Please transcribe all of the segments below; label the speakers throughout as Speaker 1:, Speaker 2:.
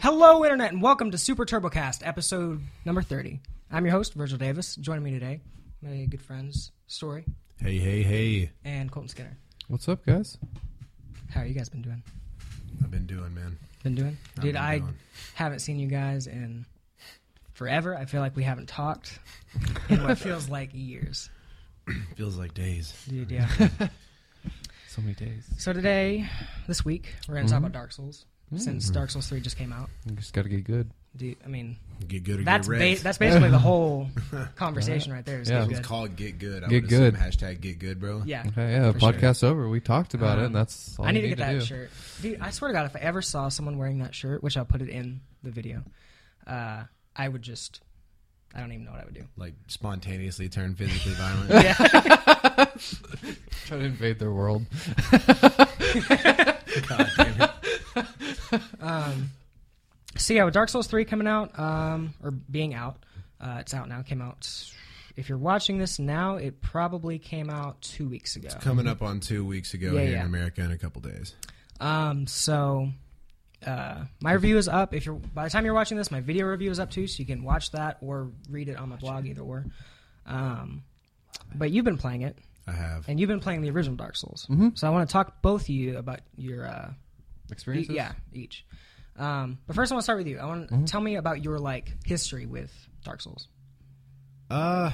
Speaker 1: Hello, Internet, and welcome to Super TurboCast, episode number 30. I'm your host, Virgil Davis. Joining me today, my good friends, Story
Speaker 2: Hey, hey, hey.
Speaker 1: and Colton Skinner.
Speaker 3: What's up, guys?
Speaker 1: How are you guys been doing?
Speaker 2: I've been doing, man.
Speaker 1: Been doing?
Speaker 2: I've
Speaker 1: Dude,
Speaker 2: been
Speaker 1: I
Speaker 2: doing.
Speaker 1: haven't seen you guys in forever. I feel like we haven't talked in what feels like years.
Speaker 2: Feels like days.
Speaker 1: Dude, yeah.
Speaker 3: So many days.
Speaker 1: So today, this week, we're going to talk
Speaker 3: Mhm.
Speaker 1: about Dark Souls since Dark Souls 3 just came out.
Speaker 3: You just gotta get good.
Speaker 1: Dude, I mean,
Speaker 2: Get good or
Speaker 1: that's
Speaker 2: get red.
Speaker 1: ba- that's basically the whole conversation right there. Is
Speaker 3: Yeah.
Speaker 1: yeah.
Speaker 2: it's
Speaker 1: Good.
Speaker 2: called get good. I
Speaker 3: Get
Speaker 2: would assume
Speaker 3: good.
Speaker 2: Hashtag get good, bro.
Speaker 1: yeah.
Speaker 3: Okay, yeah.
Speaker 1: For sure.
Speaker 3: Podcast's over. We talked about it,
Speaker 1: Um,
Speaker 3: and that's all
Speaker 1: I
Speaker 3: you
Speaker 1: need to get that
Speaker 3: do.
Speaker 1: shirt, dude. I swear to God, if I ever saw someone wearing that shirt, which I'll put it in the video, uh, I would just, I don't even know what I would do.
Speaker 2: Like spontaneously turn physically violent.
Speaker 3: Try to invade their world.
Speaker 2: God damn it.
Speaker 1: Um, so yeah, with Dark Souls three coming out, um, or being out, uh, it's out now. Came out. If you're watching this now, it probably came out two weeks ago.
Speaker 2: Coming up on two weeks ago
Speaker 1: Yeah,
Speaker 2: here
Speaker 1: yeah.
Speaker 2: in America in a couple days.
Speaker 1: Um, so uh, my review is up. If you're by the time you're watching this, my video review is up too, so you can watch that or read it on my blog, either or. Um, but you've been playing it,
Speaker 2: I have.
Speaker 1: and you've been playing the original Dark Souls.
Speaker 2: Mm-hmm.
Speaker 1: So I want to talk both of you about your uh, e-
Speaker 3: Experiences?
Speaker 1: yeah each. Um, but first, I want to start with you. I want to
Speaker 2: Mm-hmm.
Speaker 1: tell me about your like history with Dark Souls.
Speaker 2: Uh,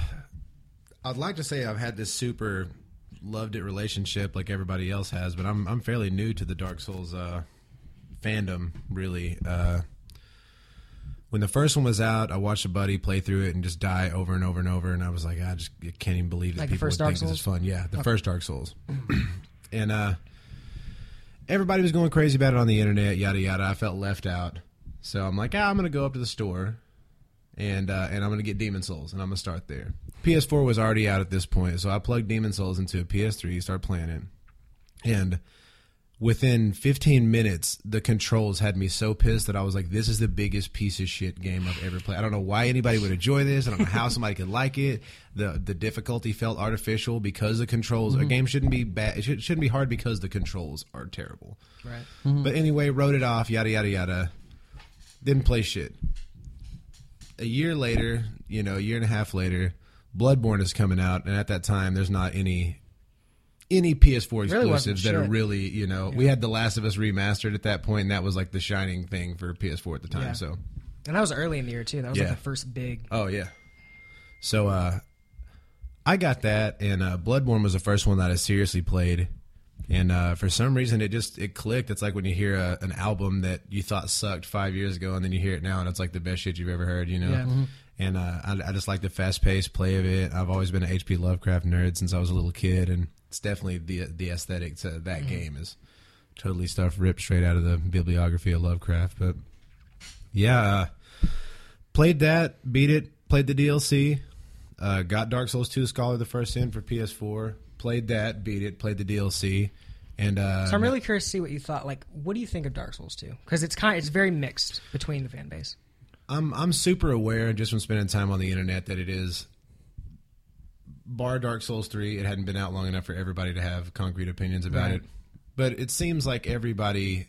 Speaker 2: I'd like to say I've had this super loved it relationship like everybody else has, but I'm I'm fairly new to the Dark Souls uh, fandom. Really, uh, when the first one was out, I watched a buddy play through it and just die over and over and over, and I was like, "Ah, I just I can't even believe that
Speaker 1: Like the
Speaker 2: people
Speaker 1: first
Speaker 2: would
Speaker 1: Dark
Speaker 2: think this is
Speaker 1: Souls?
Speaker 2: fun. Yeah, the first Dark Souls, and uh, everybody was going crazy about it on the internet. Yada yada. I felt left out, so I'm like, ah, I'm gonna go up to the store and uh, and I'm gonna get Demon Souls, and I'm gonna start there. PS4 was already out at this point, so I plugged Demon Souls into a PS3, start playing it, and within 15 minutes, the controls had me so pissed that I was like, "This is the biggest piece of shit game I've ever played." I don't know why anybody would enjoy this. I don't know how somebody could like it. the The difficulty felt artificial because the controls. A game shouldn't be bad. It should, shouldn't be hard because the controls are terrible.
Speaker 1: Right.
Speaker 2: Mm-hmm. But anyway, wrote it off, yada yada yada. Didn't play shit. A year later, you know, a year and a half later, Bloodborne is coming out, and at that time, there's not any any PS4
Speaker 1: Really wasn't
Speaker 2: exclusives that are
Speaker 1: shit.
Speaker 2: really, you know, we had The Last of Us remastered at that point, and that was like the shining thing for PS4 at the time.
Speaker 1: Yeah.
Speaker 2: So,
Speaker 1: And that was early in the year too. That was
Speaker 2: Yeah.
Speaker 1: like the first big.
Speaker 2: oh yeah. So, uh, I got that, and uh, Bloodborne was the first one that I seriously played, and uh, for some reason it just it clicked. It's like when you hear a, an album that you thought sucked five years ago, and then you hear it now, and it's like the best shit you've ever heard, you know.
Speaker 1: Yeah. Mhm.
Speaker 2: And uh, I, I just like the fast paced play of it. I've always been an H.P. Lovecraft nerd since I was a little kid, and it's definitely the the aesthetic to that game is totally stuff ripped straight out of the bibliography of Lovecraft. But yeah, uh, played that, beat it, played the DLC. Uh, got Dark Souls 2 Scholar the first in for PS4. Played that, beat it, played the DLC, and uh,
Speaker 1: So I'm really curious to see what you thought. Like, what do you think of Dark Souls 2? Because it's kind, it's very mixed between the fan base.
Speaker 2: I'm I'm super aware just from spending time on the internet that it is bar Dark Souls 3, it hadn't been out long enough for everybody to have concrete opinions about it. But it seems like everybody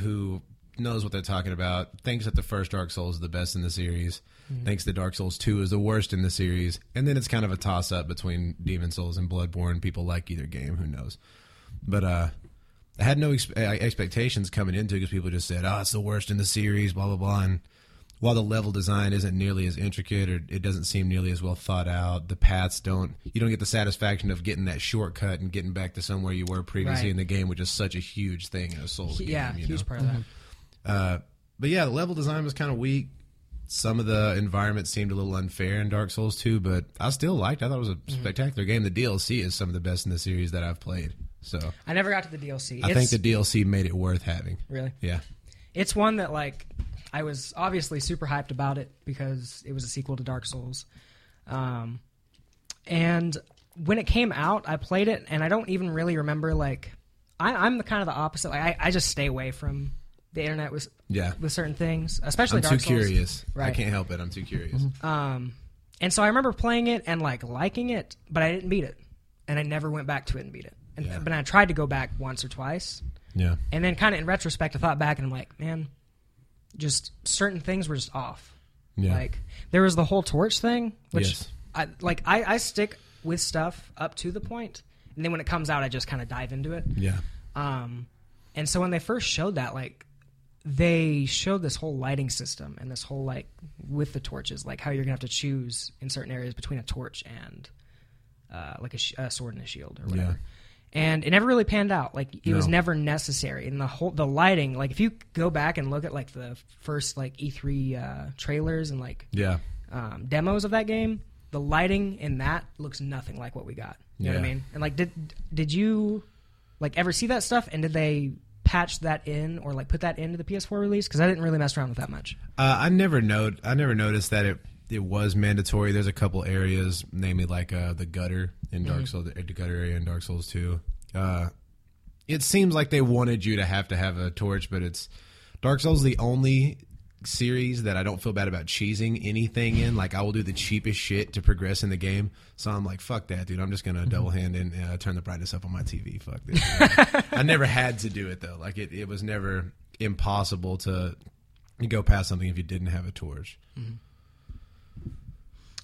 Speaker 2: who knows what they're talking about thinks that the first Dark Souls is the best in the series,
Speaker 1: Mm-hmm.
Speaker 2: thinks that Dark Souls 2 is the worst in the series, and then it's kind of a toss up between Demon Souls and Bloodborne. People like either game, who knows. But uh I had no ex- uh, expectations coming into because people just said, "Oh, it's the worst in the series," blah blah blah. And while the level design isn't nearly as intricate or it doesn't seem nearly as well thought out, the paths don't. You don't get the satisfaction of getting that shortcut and getting back to somewhere you were previously
Speaker 1: Right.
Speaker 2: in the game, which is such a huge thing in a Souls game.
Speaker 1: yeah,
Speaker 2: you
Speaker 1: huge
Speaker 2: know?
Speaker 1: part of that.
Speaker 2: Uh, but yeah, the level design was kind of weak. Some of the environment seemed a little unfair in Dark Souls 2, but I still liked. it. I thought it was a
Speaker 1: Mm-hmm.
Speaker 2: spectacular game. The DLC is some of the best in the series that I've played. So
Speaker 1: I never got to the DLC.
Speaker 2: I
Speaker 1: It's-
Speaker 2: think the DLC made it worth having.
Speaker 1: really.
Speaker 2: Yeah.
Speaker 1: It's one that like I was obviously super hyped about it because it was a sequel to Dark Souls. Um, and when it came out, I played it, and I don't even really remember like I, I'm the kind of the opposite. Like I, I just stay away from the internet with
Speaker 2: Yeah.
Speaker 1: with certain things, especially
Speaker 2: I'm
Speaker 1: Dark
Speaker 2: too
Speaker 1: Souls.
Speaker 2: curious. I
Speaker 1: Right.
Speaker 2: can't help it. I'm too curious.
Speaker 1: Um, and so I remember playing it and like liking it, but I didn't beat it, and I never went back to it and beat it. And
Speaker 2: Yeah.
Speaker 1: but I tried to go back once or twice,
Speaker 2: Yeah.
Speaker 1: and then kind of in retrospect, I thought back and I'm like, man, just certain things were just off.
Speaker 2: Yeah.
Speaker 1: Like there was the whole torch thing, which
Speaker 2: Yes.
Speaker 1: I like. I, I stick with stuff up to the point, and then when it comes out, I just kind of dive into it.
Speaker 2: yeah.
Speaker 1: Um, and so when they first showed that, like, they showed this whole lighting system and this whole like with the torches, like how you're gonna have to choose in certain areas between a torch and uh, like a, sh- a sword and a shield or whatever. And it never really panned out. Like it was
Speaker 2: No.
Speaker 1: never necessary. And the whole the lighting, like if you go back and look at like the first like E3 uh, trailers and like
Speaker 2: Yeah.
Speaker 1: um, demos of that game, the lighting in that looks nothing like what we got. You know what I
Speaker 2: Yeah.
Speaker 1: mean? And like, did did you like ever see that stuff? And did they patch that in or like put that into the PS4 release? Because I didn't really mess around with that much.
Speaker 2: Uh, I never note. I never noticed that it it was mandatory. There's a couple areas, namely like uh, the gutter in Dark Souls, the gutter area in Dark Souls Two. Uh, it seems like they wanted you to have to have a torch, but it's Dark Souls is the only series that I don't feel bad about cheesing anything in. Like I will do the cheapest shit to progress in the game. So I'm like, fuck that, dude. I'm just gonna double hand and uh, turn the brightness up on my TV. Fuck this. I never had to do it though. Like it, it was never impossible to go past something if you didn't have a torch.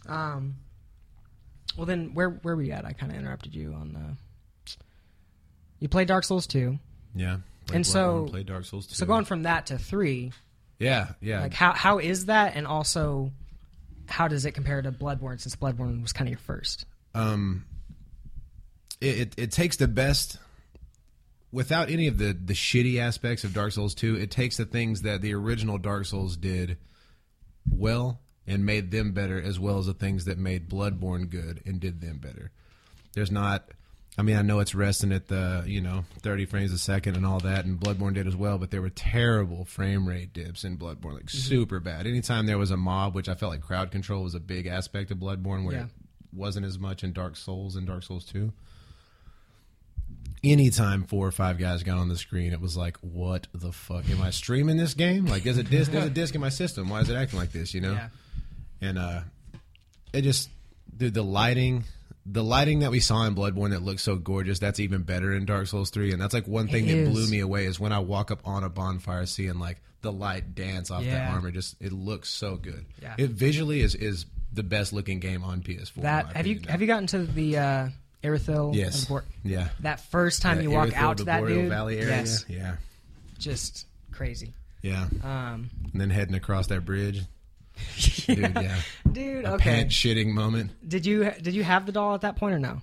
Speaker 1: Um, well, then where where we at? I kind of interrupted you on the. You played Dark Souls two,
Speaker 2: Yeah. Play
Speaker 1: And so-
Speaker 2: Bloodborne, play Dark Souls 2.
Speaker 1: so going from that to three,
Speaker 2: Yeah, yeah.
Speaker 1: like how how is that, and also how does it compare to Bloodborne since Bloodborne was kind of your first?
Speaker 2: um, it, it it takes the best without any of the the shitty aspects of Dark Souls 2. It takes the things that the original Dark Souls did well and made them better, as well as the things that made Bloodborne good and did them better. There's not. I mean, I know it's resting at the you know 30 frames a second and all that, and Bloodborne did as well, but there were terrible frame rate dips in Bloodborne, like super bad. Anytime there was a mob, which I felt like crowd control was a big aspect of Bloodborne, where
Speaker 1: Yeah.
Speaker 2: it wasn't as much in Dark Souls and Dark Souls 2. Anytime four or five guys got on the screen, it was like, "What the fuck am I streaming this game? Like, there's a disc, there's a disc in my system. Why is it acting like this? You know?" and uh it just dude the lighting the lighting that we saw in Bloodborne that looked so gorgeous that's even better in Dark Souls 3 and that's like one thing
Speaker 1: It
Speaker 2: that
Speaker 1: is.
Speaker 2: blew me away is when I walk up on a bonfire seeing like the light dance off
Speaker 1: Yeah.
Speaker 2: the armor just it looks so good
Speaker 1: Yeah.
Speaker 2: it visually is is the best looking game on PS4 in
Speaker 1: That
Speaker 2: my
Speaker 1: have you
Speaker 2: opinion.
Speaker 1: have you gotten to the uh, Aerithil?
Speaker 2: yes
Speaker 1: abort-
Speaker 2: yeah
Speaker 1: That first time
Speaker 2: Yeah,
Speaker 1: you walk
Speaker 2: Aerithil,
Speaker 1: out
Speaker 2: the
Speaker 1: to that
Speaker 2: Boreal
Speaker 1: dude,
Speaker 2: Valley area
Speaker 1: yes,
Speaker 2: yeah
Speaker 1: just crazy.
Speaker 2: yeah
Speaker 1: Um,
Speaker 2: and then heading across that bridge dude yeah,
Speaker 1: dude,
Speaker 2: a
Speaker 1: okay.
Speaker 2: pant shitting moment
Speaker 1: Did you did you have the doll at that point or no?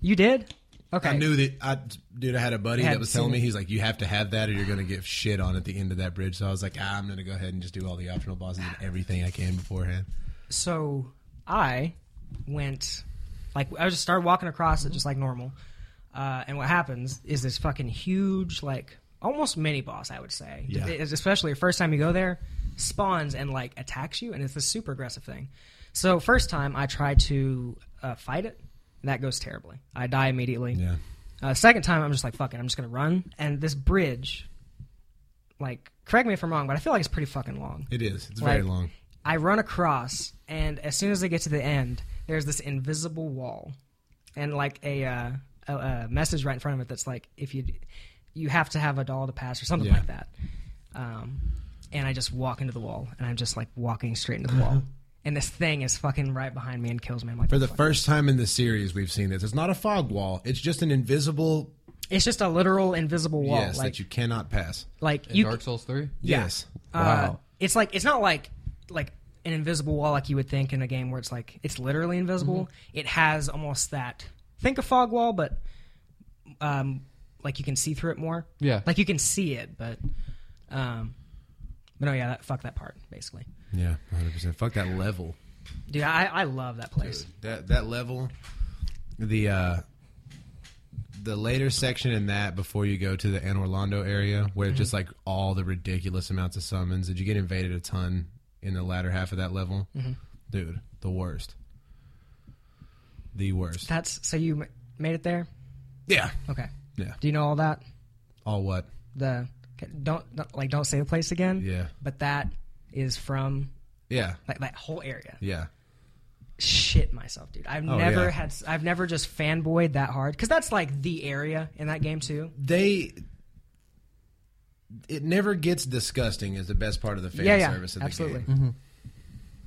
Speaker 1: You did. Okay.
Speaker 2: Mm-hmm. I knew that I dude, I had a buddy
Speaker 1: Had
Speaker 2: that was telling
Speaker 1: seen
Speaker 2: me
Speaker 1: it.
Speaker 2: he's like, You have to have that or you're gonna get shit on at the end of that bridge. So I was like, ah, I'm gonna go ahead and just do all the optional bosses and everything I can beforehand.
Speaker 1: So I went like I just started walking across
Speaker 2: Mm-hmm.
Speaker 1: it just like normal. Uh, and what happens is this fucking huge like almost mini boss I would say.
Speaker 2: Yeah.
Speaker 1: It- it's especially the first time you go there spawns and like attacks you and it's this super aggressive thing. So first time I try to uh, fight it and that goes terribly. I die immediately.
Speaker 2: Yeah.
Speaker 1: Uh, second time, I'm just like, fuck it, I'm just gonna run. And this bridge, like, correct me if I'm wrong, but I feel like it's pretty fucking long.
Speaker 2: It is. It's very
Speaker 1: Like-
Speaker 2: long.
Speaker 1: I run across, and as soon as I get to the end, there's this invisible wall, and like a uh, a, a message right in front of it that's like, if you you have to have a doll to pass or something
Speaker 2: Yeah.
Speaker 1: like that. Um, and I just walk into the wall, and I'm just like walking straight into the wall, and this thing is fucking right behind me and kills me. I'm like,
Speaker 2: For the
Speaker 1: "Fuck."
Speaker 2: first time in the series we've seen this. It's not a fog wall, it's just an invisible
Speaker 1: it's just a literal invisible wall,
Speaker 2: yes
Speaker 1: like
Speaker 2: that you cannot pass.
Speaker 1: like
Speaker 3: In
Speaker 1: you
Speaker 3: Dark Souls Three.
Speaker 2: Yes.
Speaker 1: Uh,
Speaker 3: Wow.
Speaker 1: it's like it's not like like an invisible wall like you would think in a game where it's like it's literally invisible.
Speaker 3: Mm-hmm.
Speaker 1: It has almost that think a fog wall, but um, like you can see through it more.
Speaker 3: Yeah.
Speaker 1: like you can see it, but um, but no, yeah, that, fuck that part basically,
Speaker 2: Yeah, hundred percent. Fuck that level.
Speaker 1: dude. I I love that place.
Speaker 2: That that level, the uh, the later section in that before you go to the An Orlando area, where it's just
Speaker 1: Mm-hmm.
Speaker 2: like all the ridiculous amounts of summons. Did you get invaded a ton in the latter half of that level?
Speaker 1: Mm-hmm.
Speaker 2: Dude, the worst. The worst.
Speaker 1: That's so you m- made it there.
Speaker 2: yeah.
Speaker 1: Okay.
Speaker 2: Yeah.
Speaker 1: Do you know all that?
Speaker 2: All what?
Speaker 1: The okay, don't, don't like don't say the place again.
Speaker 2: Yeah.
Speaker 1: But that is from
Speaker 2: Yeah.
Speaker 1: like that whole area.
Speaker 2: Yeah.
Speaker 1: shit myself, dude. I've
Speaker 2: Oh,
Speaker 1: never
Speaker 2: yeah.
Speaker 1: had. I've never just fanboyed that hard because that's like the area in that game too.
Speaker 2: They it never gets disgusting is the best part of the fan
Speaker 1: yeah, yeah,
Speaker 2: service of the
Speaker 1: absolutely.
Speaker 2: game.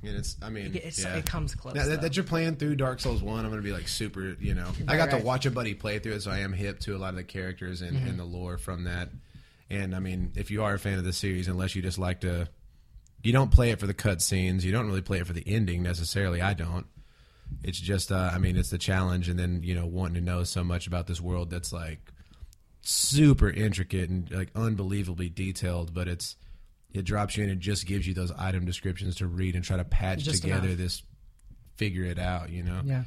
Speaker 2: And it's I mean
Speaker 1: It's,
Speaker 2: yeah.
Speaker 1: It comes close.
Speaker 2: Now that,
Speaker 1: though.
Speaker 2: that you're playing through Dark Souls One, I'm gonna be like super. You know, I got
Speaker 1: right. Mm-hmm.
Speaker 2: to watch a buddy play through it, so I am hip to a lot of the characters and, and the lore from that. And I mean, if you are a fan of the series, unless you just like to, you don't play it for the cutscenes. You don't really play it for the ending necessarily. I don't. It's just, uh, I mean, it's the challenge, and then you know, wanting to know so much about this world that's like super intricate and like unbelievably detailed, but it's it drops you in and just gives you those item descriptions to read and try to patch
Speaker 1: Just
Speaker 2: together
Speaker 1: enough.
Speaker 2: this figure it out, you know?
Speaker 1: yeah.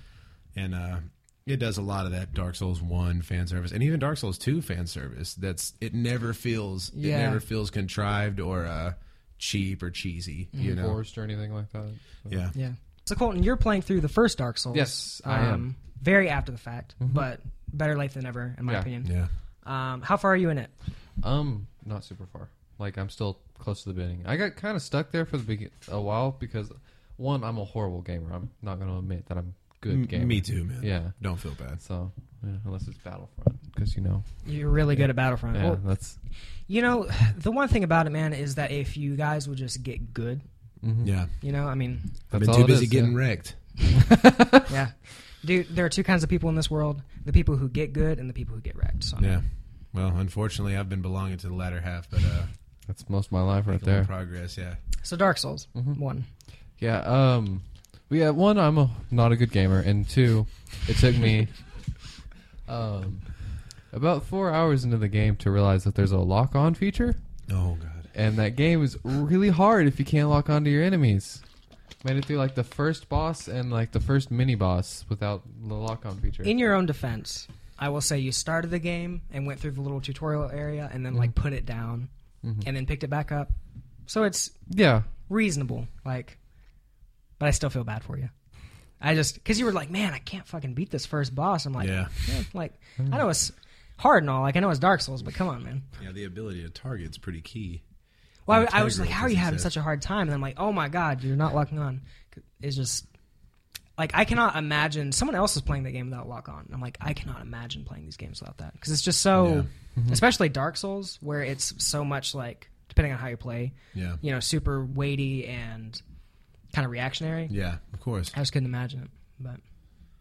Speaker 2: And uh it does a lot of that Dark Souls one fan service and even Dark Souls two fan service. That's it never feels
Speaker 1: Yeah.
Speaker 2: it never feels contrived or uh cheap or cheesy, you
Speaker 1: Mm-hmm.
Speaker 2: know.
Speaker 3: Forced or anything like that. So-
Speaker 2: Yeah.
Speaker 1: Yeah. So Colton, you're playing through the first Dark Souls. Um,
Speaker 3: Yes, I am. Mm-hmm.
Speaker 1: Very after the fact, but better late than never, in my
Speaker 3: Yeah.
Speaker 1: opinion.
Speaker 2: Yeah.
Speaker 1: Um, how far are you in it?
Speaker 3: Um, not super far. Like I'm still close to the beginning. I got kind of stuck there for the begin a while because one, I'm a horrible gamer. I'm not going to admit that I'm a good gamer.
Speaker 2: Me too, man.
Speaker 3: Yeah.
Speaker 2: Don't feel bad.
Speaker 3: So yeah, unless it's Battlefront, because you know,
Speaker 1: You're really good at Battlefront.
Speaker 3: yeah,
Speaker 1: Well,
Speaker 3: that's
Speaker 1: you know, the one thing about it, man, is that if you guys would just get good,
Speaker 2: Yeah.
Speaker 1: you know, I mean,
Speaker 2: I've
Speaker 3: Mm-hmm. That's
Speaker 2: been
Speaker 3: all
Speaker 2: too
Speaker 3: it
Speaker 2: busy
Speaker 3: is,
Speaker 2: getting
Speaker 3: yeah.
Speaker 2: wrecked.
Speaker 1: yeah. Dude, there are two kinds of people in this world: the people who get good and the people who get wrecked.
Speaker 3: Uh-huh.
Speaker 1: So,
Speaker 2: Yeah. Well, unfortunately I've been belonging to the latter half, but uh
Speaker 3: that's most of my life right
Speaker 2: making a little
Speaker 3: there.
Speaker 2: progress, yeah.
Speaker 1: so Dark Souls
Speaker 3: Mm-hmm.
Speaker 1: one.
Speaker 3: Yeah. Um. But yeah. One, I'm a, not a good gamer, and two, it took me um about four hours into the game to realize that there's a lock-on feature,
Speaker 2: Oh god.
Speaker 3: and that game is really hard if you can't lock onto your enemies. Made it through like the first boss and like the first mini boss without the lock-on feature.
Speaker 1: In your own defense, I will say you started the game and went through the little tutorial area, and then like put it down, and then picked it back up. So it's
Speaker 3: yeah.
Speaker 1: reasonable. Like, but I still feel bad for you. I just because you were like, man, I can't fucking beat this first boss. I'm like,
Speaker 2: Yeah.
Speaker 1: "Yeah, like I know it's hard and all. Like I know it's Dark Souls, but come on, man.
Speaker 2: Yeah, the ability to target's pretty key.
Speaker 1: Well,
Speaker 2: Yeah,
Speaker 1: I, I was like,
Speaker 2: Tiger
Speaker 1: how are you
Speaker 2: Woods
Speaker 1: having
Speaker 2: is
Speaker 1: such a hard time? And I'm like, oh my god, you're not locking on. It's just like I cannot imagine someone else is playing the game without lock on. I'm like, I cannot imagine playing these games without that because it's just so,
Speaker 3: Mm-hmm.
Speaker 1: especially Dark Souls, where it's so much like depending on how you play,
Speaker 2: Yeah.
Speaker 1: you know, super weighty and kind of reactionary.
Speaker 2: Yeah, of course.
Speaker 1: I just couldn't imagine it. But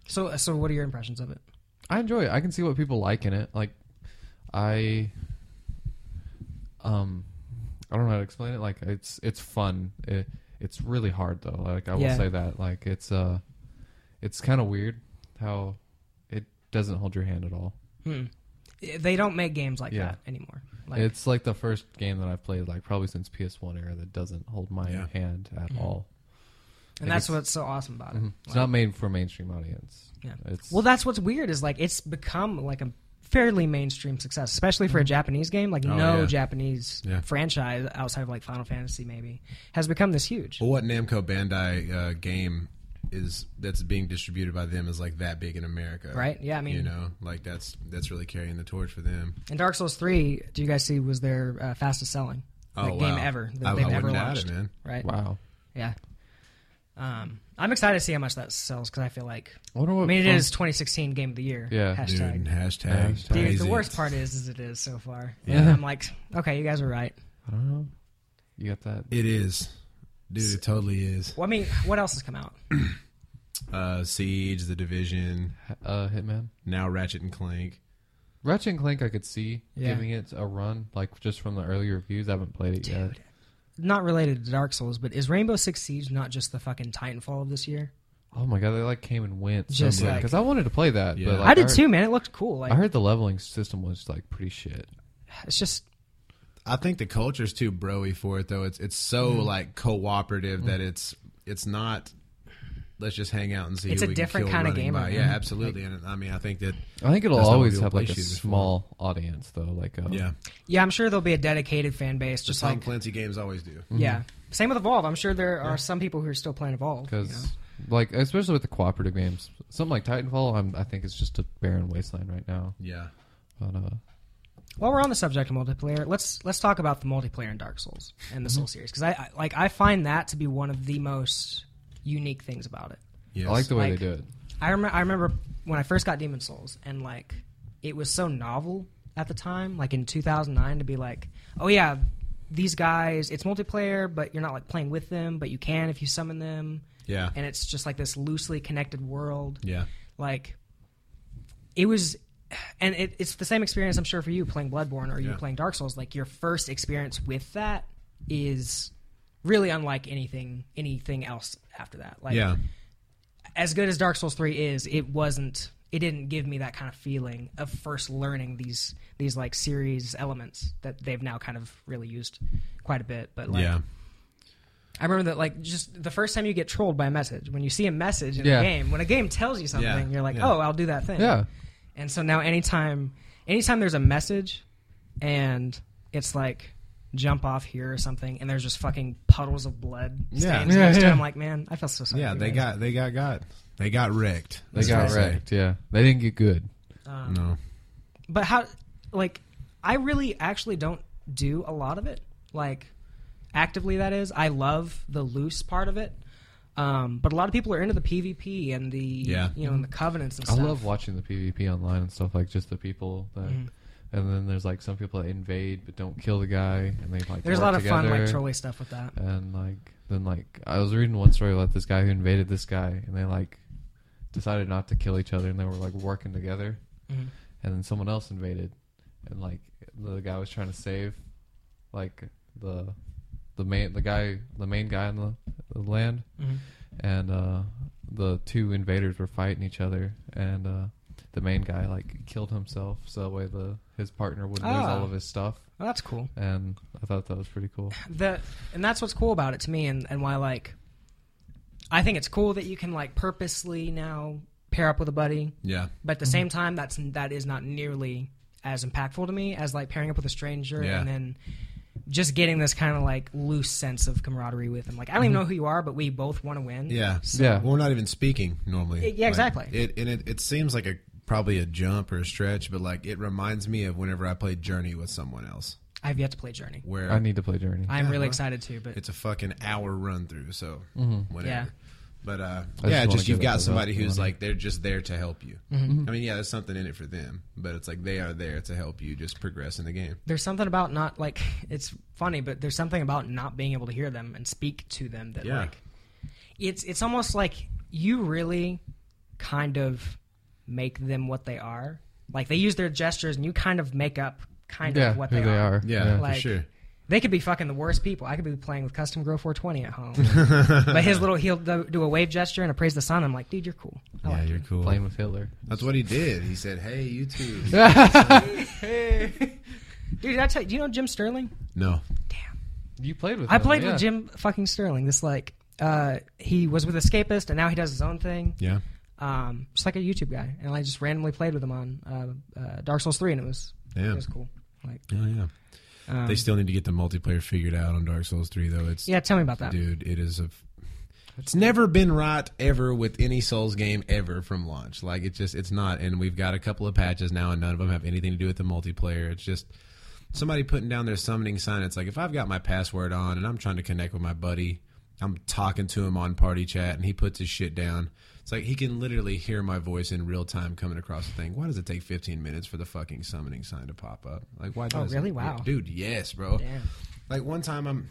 Speaker 1: so, so what are your impressions of it?
Speaker 3: I enjoy it. I can see what people like in it. Like I um I don't know how to explain it. Like it's it's fun. It, it's really hard though. Like I will
Speaker 1: Yeah.
Speaker 3: say that. Like it's uh it's kind of weird how it doesn't hold your hand at all.
Speaker 1: Hmm. They don't make games like
Speaker 3: Yeah.
Speaker 1: that anymore. Like,
Speaker 3: it's like the first game that I've played like probably since PS1 era that doesn't hold my
Speaker 2: Yeah.
Speaker 3: hand at
Speaker 1: Mm-hmm.
Speaker 3: all.
Speaker 1: and
Speaker 3: like
Speaker 1: that's
Speaker 3: it's- Mm-hmm.
Speaker 1: what's so awesome about it.
Speaker 3: It's not made for mainstream audience.
Speaker 1: Yeah.
Speaker 3: It's
Speaker 1: Well, that's what's weird is like it's become like a fairly mainstream success, especially for a Japanese game. Like
Speaker 2: Mm-hmm. Oh,
Speaker 1: no
Speaker 2: yeah.
Speaker 1: Japanese
Speaker 2: Yeah.
Speaker 1: franchise outside of like Final Fantasy maybe has become this huge.
Speaker 2: Well, what Namco Bandai uh, game is that's being distributed by them is like that big in America,
Speaker 1: Right? Yeah, I mean-
Speaker 2: you know, like that's that's really carrying the torch for them.
Speaker 1: And Dark Souls Three, do you guys see, was their uh, fastest selling
Speaker 2: Oh,
Speaker 1: like,
Speaker 2: wow.
Speaker 1: game ever that
Speaker 2: I-
Speaker 1: they've
Speaker 2: I
Speaker 1: ever
Speaker 2: wouldn't doubt
Speaker 1: launched.
Speaker 2: it, man.
Speaker 1: Right?
Speaker 3: wow.
Speaker 1: Yeah. Um, I'm excited to see how much that sells because I feel like
Speaker 3: I wonder what
Speaker 1: I mean it
Speaker 2: Oh,
Speaker 3: fun-
Speaker 1: is 2016 Game of the Year.
Speaker 3: Yeah.
Speaker 2: Dude,
Speaker 1: Hashtag.
Speaker 2: and
Speaker 1: Dude.
Speaker 2: hashtag.
Speaker 3: Hashtag.
Speaker 2: crazy.
Speaker 1: the worst part is, is it is so far.
Speaker 3: Yeah.
Speaker 1: And I'm like, okay, you guys are right.
Speaker 3: I don't know. You got that
Speaker 2: It is, dude. It totally is.
Speaker 1: Well, I mean, what else has come out?
Speaker 2: Uh, Siege, The Division,
Speaker 3: uh Hitman?
Speaker 2: now Ratchet and Clank.
Speaker 3: Ratchet and Clank, I could see
Speaker 1: Yeah.
Speaker 3: giving it a run, like just from the early reviews. I haven't played it yet.
Speaker 1: Dude. not related to Dark Souls, but is Rainbow Six Siege not just the fucking Titanfall of this year?
Speaker 3: Oh my god, they like came and went.
Speaker 1: Just
Speaker 3: Just
Speaker 1: like-
Speaker 3: because I wanted to play that.
Speaker 2: Yeah.
Speaker 3: But like,
Speaker 1: I did
Speaker 3: heard,
Speaker 1: too, man. It looked cool. Like
Speaker 3: I heard the leveling system was like pretty shit.
Speaker 1: it's just
Speaker 2: I think the culture's too broy for it though. It's it's so
Speaker 1: Mm-hmm.
Speaker 2: like cooperative that
Speaker 1: Mm.
Speaker 2: it's it's not. Let's just hang out and see.
Speaker 1: It's
Speaker 2: who
Speaker 1: a
Speaker 2: we can
Speaker 1: different
Speaker 2: kill
Speaker 1: kinda Mm-hmm.
Speaker 2: running
Speaker 1: game,
Speaker 2: by.
Speaker 1: I
Speaker 2: Yeah,
Speaker 1: mean.
Speaker 2: absolutely. And I mean, I think that
Speaker 3: I think it'll
Speaker 2: That's not what
Speaker 3: always
Speaker 2: people
Speaker 3: have like
Speaker 2: play
Speaker 3: a
Speaker 2: shooters for.
Speaker 3: small audience though. Like uh, a,
Speaker 2: yeah,
Speaker 1: yeah, I'm sure there'll be a dedicated fan base.
Speaker 2: just
Speaker 1: Just
Speaker 2: Tom
Speaker 1: like Mm-hmm.
Speaker 2: Clancy games always do.
Speaker 1: yeah, same with Evolve. I'm sure there are some people who are still playing Evolve. you
Speaker 3: because
Speaker 1: know?
Speaker 3: like especially with the cooperative games, something like Titanfall, I'm, I think it's just a barren wasteland right now.
Speaker 2: Yeah.
Speaker 3: But uh,
Speaker 1: While we're on the subject of multiplayer, let's let's talk about the multiplayer in Dark Souls and the Soul series because I, I like I find that to be one of the most unique things about it.
Speaker 2: Yes.
Speaker 3: I like the way
Speaker 1: Like-
Speaker 3: they do it.
Speaker 1: I remember I remember when I first got Demon Souls and like it was so novel at the time, like in 2009, to be like, oh yeah, these guys, it's multiplayer, but you're not like playing with them, but you can if you summon them,
Speaker 2: Yeah.
Speaker 1: and it's just like this loosely connected world.
Speaker 2: Yeah.
Speaker 1: Like, it was, and it, it's the same experience I'm sure for you playing Bloodborne or you
Speaker 2: Yeah.
Speaker 1: playing Dark Souls. Like your first experience with that is really unlike anything anything else after that. Like,
Speaker 2: yeah.
Speaker 1: as good as Dark Souls 3 is, it wasn't it didn't give me that kind of feeling of first learning these these like series elements that they've now kind of really used quite a bit. But like
Speaker 2: yeah.
Speaker 1: I remember that like just the first time you get trolled by a message, when you see a message in
Speaker 3: Yeah.
Speaker 1: a game, when a game tells you something,
Speaker 2: Yeah.
Speaker 1: you're like,
Speaker 2: Yeah.
Speaker 1: Oh, I'll do that thing.
Speaker 3: Yeah.
Speaker 1: And so now anytime anytime there's a message and it's like jump off here or something and there's just fucking puddles of blood
Speaker 2: Yeah.
Speaker 1: stains
Speaker 3: Yeah,
Speaker 1: next to it,
Speaker 3: yeah.
Speaker 1: I'm like, man, I felt so sorry.
Speaker 2: Yeah,
Speaker 1: for you
Speaker 2: they
Speaker 1: guys."
Speaker 2: got they got got they got wrecked.
Speaker 3: They
Speaker 2: That's
Speaker 3: got
Speaker 2: what I say.
Speaker 3: wrecked. Yeah, they didn't get good.
Speaker 1: Um,
Speaker 2: No.
Speaker 1: but how like i really actually don't do a lot of it like actively that is i love the loose part of it um, but a lot of people are into the pvp and the
Speaker 2: Yeah.
Speaker 1: you know and the covenants and
Speaker 3: I
Speaker 1: stuff
Speaker 3: love watching the PvP online and stuff like just the people that.
Speaker 1: Mm-hmm.
Speaker 3: And then there's like some people that invade but don't kill the guy, and they like
Speaker 1: there's a
Speaker 3: work
Speaker 1: lot of fun like
Speaker 3: together.
Speaker 1: trolley stuff with that
Speaker 3: and like then like I was reading one story about this guy who invaded this guy, and they like decided not to kill each other, and they were like working together,
Speaker 1: Mhm.
Speaker 3: and then someone else invaded, and like the guy was trying to save like the the main the guy the main guy on the, the land,
Speaker 1: Mhm.
Speaker 3: and uh, the two invaders were fighting each other, and uh, the main guy like killed himself so that way the his partner would lose
Speaker 1: Ah.
Speaker 3: all of his stuff,
Speaker 1: well, that's cool
Speaker 3: and I thought that was pretty cool.
Speaker 1: the and that's what's cool about it to me and, and why like i think it's cool that you can like purposely now pair up with a buddy
Speaker 2: Yeah.
Speaker 1: but at the same
Speaker 2: Mm-hmm.
Speaker 1: time that's that is not nearly as impactful to me as like pairing up with a stranger
Speaker 2: Yeah.
Speaker 1: and then just getting this kind of like loose sense of camaraderie with them like i don't even know who you are but we both want to win
Speaker 2: Mm-hmm. Yeah.
Speaker 3: yeah,
Speaker 2: We're not even speaking normally.
Speaker 1: Yeah, yeah,
Speaker 2: Like,
Speaker 1: exactly.
Speaker 2: It and it, it seems like a probably a jump or a stretch, but like it reminds me of whenever I played Journey with someone else,
Speaker 1: i've yet to play journey
Speaker 2: where
Speaker 3: I need to play Journey.
Speaker 1: i'm
Speaker 2: Yeah,
Speaker 1: really
Speaker 2: well,
Speaker 1: excited too but
Speaker 2: it's a fucking hour run through. So whatever.
Speaker 1: Yeah.
Speaker 2: But uh,
Speaker 3: Mm-hmm. I
Speaker 2: yeah,
Speaker 3: just wanna
Speaker 2: just you've
Speaker 3: get
Speaker 2: got
Speaker 3: those
Speaker 2: somebody
Speaker 3: out
Speaker 2: who's
Speaker 3: there.
Speaker 2: like they're just there to help you.
Speaker 1: Mm-hmm.
Speaker 2: I mean, yeah, there's something in it for them, but it's like they are there to help you just progress in the game.
Speaker 1: there's something about not like it's funny but there's something about not being able to hear them and speak to them that
Speaker 2: Yeah.
Speaker 1: like it's it's almost like you really kind of make them what they are like they use their gestures and you kind of make up kind
Speaker 3: yeah,
Speaker 1: of what
Speaker 3: who
Speaker 1: they, are.
Speaker 2: Yeah, for
Speaker 1: Like-
Speaker 2: sure.
Speaker 1: They could be fucking the worst people. I could be playing with Custom Grow 420 at home. but his little, he'll do do a wave gesture and appraise the sun. I'm like, dude, you're cool. I like you.
Speaker 2: cool.
Speaker 3: Playing with Hitler.
Speaker 2: That's what he did. He said, "Hey, you two.
Speaker 1: Dude, did I tell you, do you know Jim Sterling?
Speaker 2: no,
Speaker 1: Damn.
Speaker 3: You played with.
Speaker 1: I
Speaker 3: him,
Speaker 1: played
Speaker 3: yeah.
Speaker 1: with Jim fucking Sterling. This, like, uh, he was with Escapist and now he does his own thing.
Speaker 2: yeah,
Speaker 1: Um, just like a YouTube guy. And I just randomly played with him on uh, uh, Dark Souls 3 and it was,
Speaker 2: Yeah.
Speaker 1: it was cool. Like,
Speaker 2: oh yeah."
Speaker 1: um,
Speaker 2: They still need to get the multiplayer figured out on Dark Souls Three, though. It's
Speaker 1: yeah, tell me about that.
Speaker 2: dude, it is a. f- It's never been right ever with any Souls game ever from launch. Like it's just it's not, and we've got a couple of patches now, and none of them have anything to do with the multiplayer. It's just somebody putting down their summoning sign. It's like if I've got my password on and I'm trying to connect with my buddy, I'm talking to him on party chat, and he puts his shit down. It's like he can literally hear my voice in real time coming across the thing. Why does it take 15 minutes for the fucking summoning sign to pop up? Like why? Does
Speaker 1: Oh, really?
Speaker 2: It?
Speaker 1: Wow.
Speaker 2: dude. Yes, bro.
Speaker 1: Damn.
Speaker 2: Like one time I'm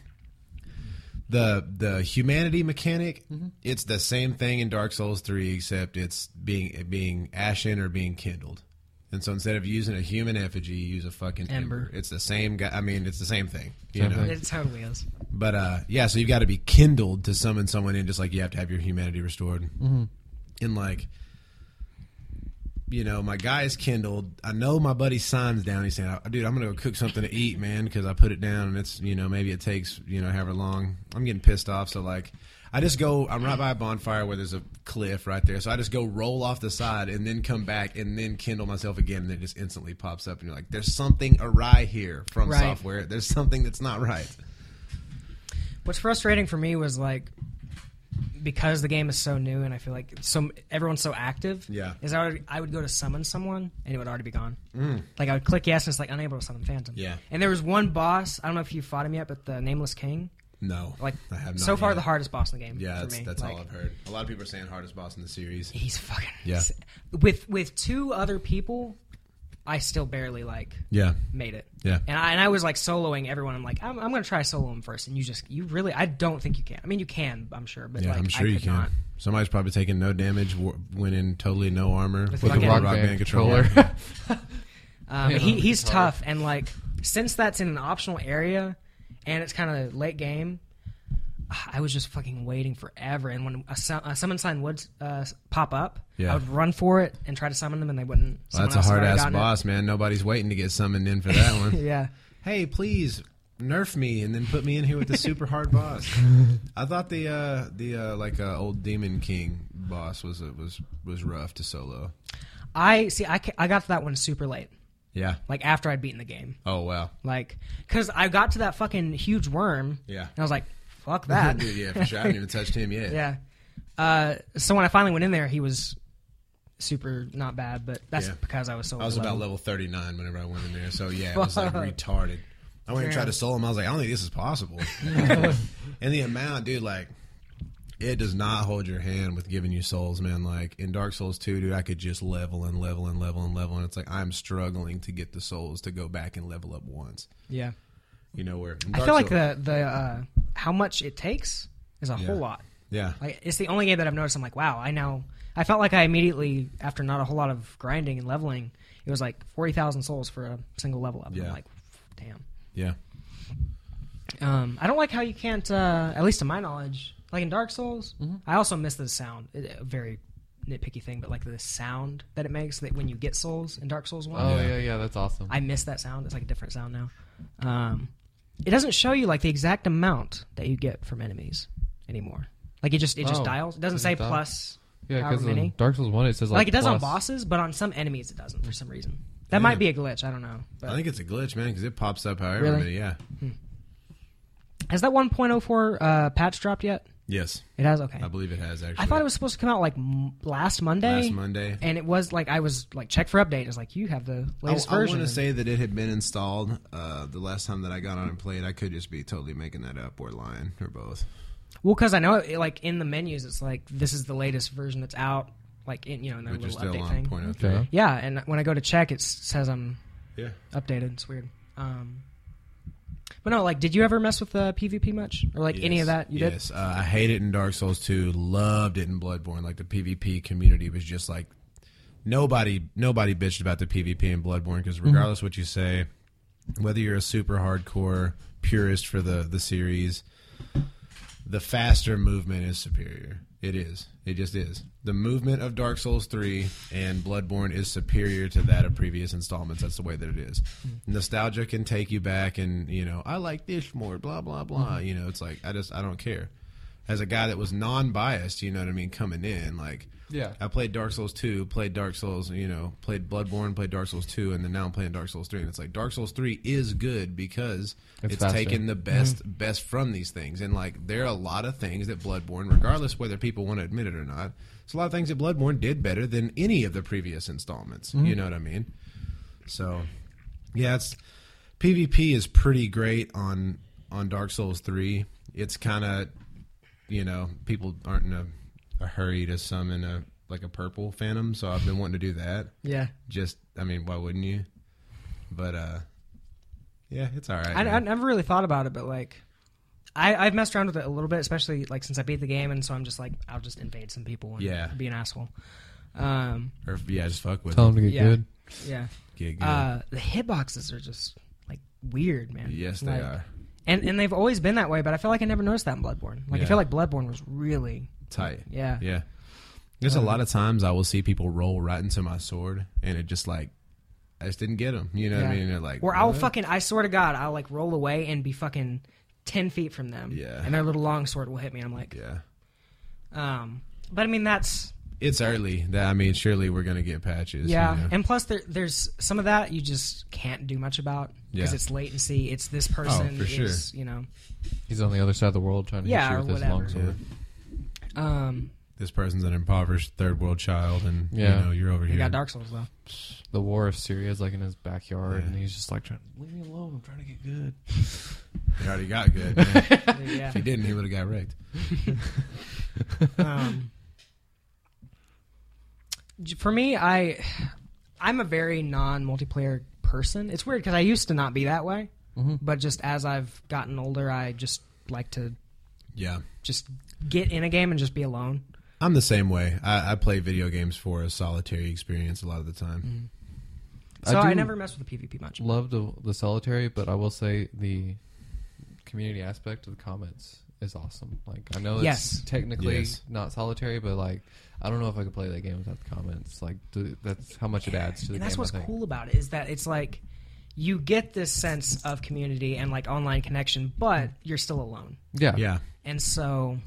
Speaker 2: the the humanity mechanic. It's the same thing in Dark Souls three, except it's being being ashen or being kindled. And so instead of using a human effigy, you use a fucking ember.
Speaker 1: Ember.
Speaker 2: It's the same guy. I mean, it's the same thing. You
Speaker 3: Same
Speaker 2: know.
Speaker 3: thing.
Speaker 1: It totally is.
Speaker 2: But uh, yeah, so you've got to be kindled to summon someone in, just like you have to have your humanity restored. Mm-hmm. And like, you know, my guy is kindled. I know my buddy signs down. He's saying, "Uh, "Dude, I'm gonna go cook something to eat, man, because I put it down, and it's you know maybe it takes you know however long." I'm getting pissed off, so like. I just go. I'm right by a bonfire where there's a cliff right there, so I just go roll off the side and then come back and then kindle myself again, and it just instantly pops up, and you're like, "There's something awry here from
Speaker 1: Right.
Speaker 2: software. There's something that's not right."
Speaker 1: What's frustrating for me was like because the game is so new and I feel like so everyone's so active.
Speaker 2: Yeah.
Speaker 1: is I would, I would go to summon someone and it would already be gone. Like I would click yes and it's like unable to summon Phantom.
Speaker 2: Mm. Yeah.
Speaker 1: and there was one boss. I don't know if you fought him yet, but the Nameless King.
Speaker 2: No,
Speaker 1: Like
Speaker 2: I have not
Speaker 1: so far,
Speaker 2: yet.
Speaker 1: the hardest boss in the game. for
Speaker 2: Yeah, that's,
Speaker 1: me.
Speaker 2: that's all
Speaker 1: Like,
Speaker 2: I've heard. A lot of people are saying hardest boss in the series.
Speaker 1: He's fucking
Speaker 2: Yeah.
Speaker 1: with with two other people. I still barely like
Speaker 2: Yeah.
Speaker 1: made it.
Speaker 2: Yeah.
Speaker 1: And I, and I was like soloing everyone. I'm like, I'm, I'm going to try soloing first. And you just, you really, I don't think you can. I mean, you can, I'm sure, but
Speaker 2: Yeah,
Speaker 1: like,
Speaker 2: I'm sure
Speaker 1: I
Speaker 2: you
Speaker 1: could
Speaker 2: can.
Speaker 1: not.
Speaker 2: Somebody's probably taking no damage, wa- went in totally no armor
Speaker 1: With
Speaker 2: with a
Speaker 1: fucking-
Speaker 2: rock, band controller.
Speaker 1: Um,
Speaker 3: Yeah,
Speaker 1: he,
Speaker 3: it's
Speaker 1: he's
Speaker 3: hard.
Speaker 1: tough, and like since that's in an optional area, and it's kind of late game, ah, I was just fucking waiting forever. And when a, su- a summon sign would uh, s- pop up,
Speaker 2: Yeah.
Speaker 1: I would run for it and try to summon them, and they wouldn't. Someone
Speaker 2: Well, that's a
Speaker 1: else had
Speaker 2: hard
Speaker 1: already
Speaker 2: ass
Speaker 1: gotten it.
Speaker 2: boss, man. Nobody's waiting to get summoned in for that one.
Speaker 1: Yeah,
Speaker 2: hey, please nerf me and then put me in here with the super hard boss. I thought the uh, the uh, like uh, old Demon King boss was uh, was was rough to solo.
Speaker 1: I see. I, ca- I got to that one super late,
Speaker 2: Yeah.
Speaker 1: like after I'd beaten the game,
Speaker 2: Oh wow.
Speaker 1: like because I got to that fucking huge worm,
Speaker 2: Yeah.
Speaker 1: and I was like, fuck that.
Speaker 2: Dude, yeah, for sure. I haven't even touched him yet.
Speaker 1: Yeah. Uh, so when I finally went in there, he was super not bad, but that's
Speaker 2: Yeah.
Speaker 1: because I was so.
Speaker 2: I was about level thirty nine whenever I went in there, so yeah, it was like retarded. I went and tried to solo him. I was like, I don't think this is possible. and the amount, dude, like. It does not hold your hand with giving you souls, man. Like in Dark Souls 2, dude, I could just level and level and level and level. And it's like I'm struggling to get the souls to go back and level up once.
Speaker 1: Yeah.
Speaker 2: You know, where. in
Speaker 1: I
Speaker 2: Dark
Speaker 1: feel like
Speaker 2: Souls-
Speaker 1: the the uh, how much it takes is a whole
Speaker 2: Yeah.
Speaker 1: lot.
Speaker 2: Yeah.
Speaker 1: Like it's the only game that I've noticed. I'm like, wow, I now I felt like I immediately after not a whole lot of grinding and leveling, it was like forty thousand souls for a single level up.
Speaker 2: Yeah.
Speaker 1: I'm like, damn.
Speaker 2: Yeah.
Speaker 1: Um, I don't like how you can't, uh, at least to my knowledge, like in Dark Souls.
Speaker 3: Mm-hmm.
Speaker 1: I also miss the sound. It- a very nitpicky thing, but like the sound that it makes that when you get souls in Dark Souls One.
Speaker 3: Oh
Speaker 2: Yeah.
Speaker 3: yeah, yeah, that's awesome.
Speaker 1: I miss that sound. It's like a different sound now. Um, it doesn't show you like the exact amount that you get from enemies anymore. Like it just it just
Speaker 3: Oh.
Speaker 1: dials. It doesn't
Speaker 3: Does it
Speaker 1: say
Speaker 3: dial?
Speaker 1: plus.
Speaker 3: yeah,
Speaker 1: however
Speaker 3: because
Speaker 1: many.
Speaker 3: in Dark Souls One, it says like,
Speaker 1: Like, it does on
Speaker 3: plus.
Speaker 1: bosses, but on some enemies it doesn't for some reason. That
Speaker 2: Yeah.
Speaker 1: might be a glitch. I don't know. But
Speaker 2: I think it's a glitch, man, because it pops up however
Speaker 1: Really?
Speaker 2: many. Yeah.
Speaker 1: has that 1.04 uh, patch dropped yet?
Speaker 2: Yes.
Speaker 1: It has. Okay.
Speaker 2: I believe it has, actually.
Speaker 1: I thought it was supposed to come out like m- last Monday.
Speaker 2: last Monday.
Speaker 1: And it was like I was like check for update. and It's like you have the
Speaker 2: I,
Speaker 1: latest
Speaker 2: want
Speaker 1: version.
Speaker 2: to
Speaker 1: And-
Speaker 2: say that it had been installed uh, the last time that I got on and played. I could just be totally making that up or lying or both.
Speaker 1: Well, because I know, it, like in the menus, it's like this is the latest version that's out. Like in you know in their
Speaker 2: But you're
Speaker 1: little
Speaker 2: still
Speaker 1: update
Speaker 2: on
Speaker 1: thing.
Speaker 2: point oh three.
Speaker 3: Okay.
Speaker 1: Yeah, and when I go to check, it s- says I'm
Speaker 2: Yeah.
Speaker 1: updated. It's weird. Um, but no, like, did you ever mess with uh, PvP much, or like any of that? You
Speaker 2: yes. Uh, I hate it in Dark Souls 2. Loved it in Bloodborne. Like the PvP community was just like nobody nobody bitched about the PvP in Bloodborne because regardless what you say, whether you're a super hardcore purist for the the series, the faster movement is superior. It is. It just is. The movement of Dark Souls 3 and Bloodborne is superior to that of previous installments. That's the way that it is. Nostalgia can take you back and, you know, I like this more, blah, blah, blah. You know, it's like, I just, I don't care. As a guy that was non biased, you know what I mean, coming in, like,
Speaker 3: Yeah.
Speaker 2: I played Dark Souls 2, played Dark Souls, you know, played Bloodborne, played Dark Souls 2, and then now I'm playing Dark Souls 3. And it's like, Dark Souls 3 is good because
Speaker 3: It's
Speaker 2: it's,
Speaker 3: faster.
Speaker 2: taken the best best from these things and like there are a lot of things that bloodborne regardless whether people want to admit it or not it's a lot of things that bloodborne did better than any of the previous installments you know what i mean so yeah it's pvp is pretty great on on dark souls 3 it's kind of you know people aren't in a, a hurry to summon a like a purple phantom so i've been wanting to do that
Speaker 1: did? Yeah.
Speaker 2: just i mean why wouldn't you but uh yeah it's all right
Speaker 1: I, I
Speaker 2: man.
Speaker 1: never really thought about it, but like, I, I've messed around with it a little bit, especially like since I beat the game, and so I'm just like, I'll just invade some people and
Speaker 2: Yeah.
Speaker 1: be an asshole. Um,
Speaker 2: Or yeah, just fuck with
Speaker 3: Tell
Speaker 2: them.
Speaker 3: them to get
Speaker 1: Yeah.
Speaker 3: good.
Speaker 1: yeah.
Speaker 2: Get good.
Speaker 1: Uh, the hitboxes are just like weird, man.
Speaker 2: yes, they
Speaker 1: Like,
Speaker 2: are
Speaker 1: and and they've always been that way. But I feel like I never noticed that in Bloodborne. Like
Speaker 2: Yeah.
Speaker 1: I feel like Bloodborne was really
Speaker 2: tight.
Speaker 1: yeah. Uh,
Speaker 2: Yeah, there's a lot of times I will see people roll right into my sword, and it just like I just didn't get them. You know what I
Speaker 1: Yeah.
Speaker 2: mean? They're like,
Speaker 1: Or I'll
Speaker 2: what?
Speaker 1: fucking I swear to God I'll like roll away and be fucking ten feet from them.
Speaker 2: Yeah.
Speaker 1: And their little long sword will hit me. I'm like,
Speaker 2: Yeah,
Speaker 1: um. But I mean that's
Speaker 2: it's early. That I mean, surely we're gonna get patches.
Speaker 1: yeah.
Speaker 2: you know?
Speaker 1: And plus there, there's some of that you just can't do much about because
Speaker 2: Yeah.
Speaker 1: it's latency. It's this person.
Speaker 2: for sure.
Speaker 1: It's, you know.
Speaker 3: He's on the other side of the world trying to
Speaker 1: Yeah,
Speaker 3: hit you
Speaker 1: or
Speaker 3: with his
Speaker 1: whatever.
Speaker 3: long sword.
Speaker 1: Um.
Speaker 2: this person's an impoverished third world child, and
Speaker 3: Yeah.
Speaker 2: you know you're over
Speaker 1: You
Speaker 2: here.
Speaker 1: got Dark Souls though.
Speaker 3: The war of Syria is like in his backyard,
Speaker 2: Yeah.
Speaker 3: and he's just like, trying, "Leave me alone! I'm trying to get good."
Speaker 2: They already got good. Man. if
Speaker 1: yeah.
Speaker 2: he didn't, he would have got wrecked.
Speaker 1: um, j- for me, I I'm a very non-multiplayer person. It's weird because I used to not be that way,
Speaker 3: Mm-hmm.
Speaker 1: but just as I've gotten older, I just like to
Speaker 2: Yeah.
Speaker 1: just get in a game and just be alone.
Speaker 2: I'm the same way. I, I play video games for a solitary experience a lot of the time.
Speaker 1: So I,
Speaker 3: do
Speaker 1: never mess with the PvP much.
Speaker 3: love the, the solitary, but I will say the community aspect of the comments is awesome. Like I know it's
Speaker 1: Yes.
Speaker 3: technically
Speaker 2: Yes.
Speaker 3: not solitary, but like I don't know if I could play that game without the comments. Like th- that's how much it adds to the
Speaker 1: and
Speaker 3: game.
Speaker 1: that's what's
Speaker 3: I think.
Speaker 1: cool about it is that it's like you get this sense of community and like online connection, but you're still alone,
Speaker 3: Yeah,
Speaker 2: Yeah.
Speaker 1: and so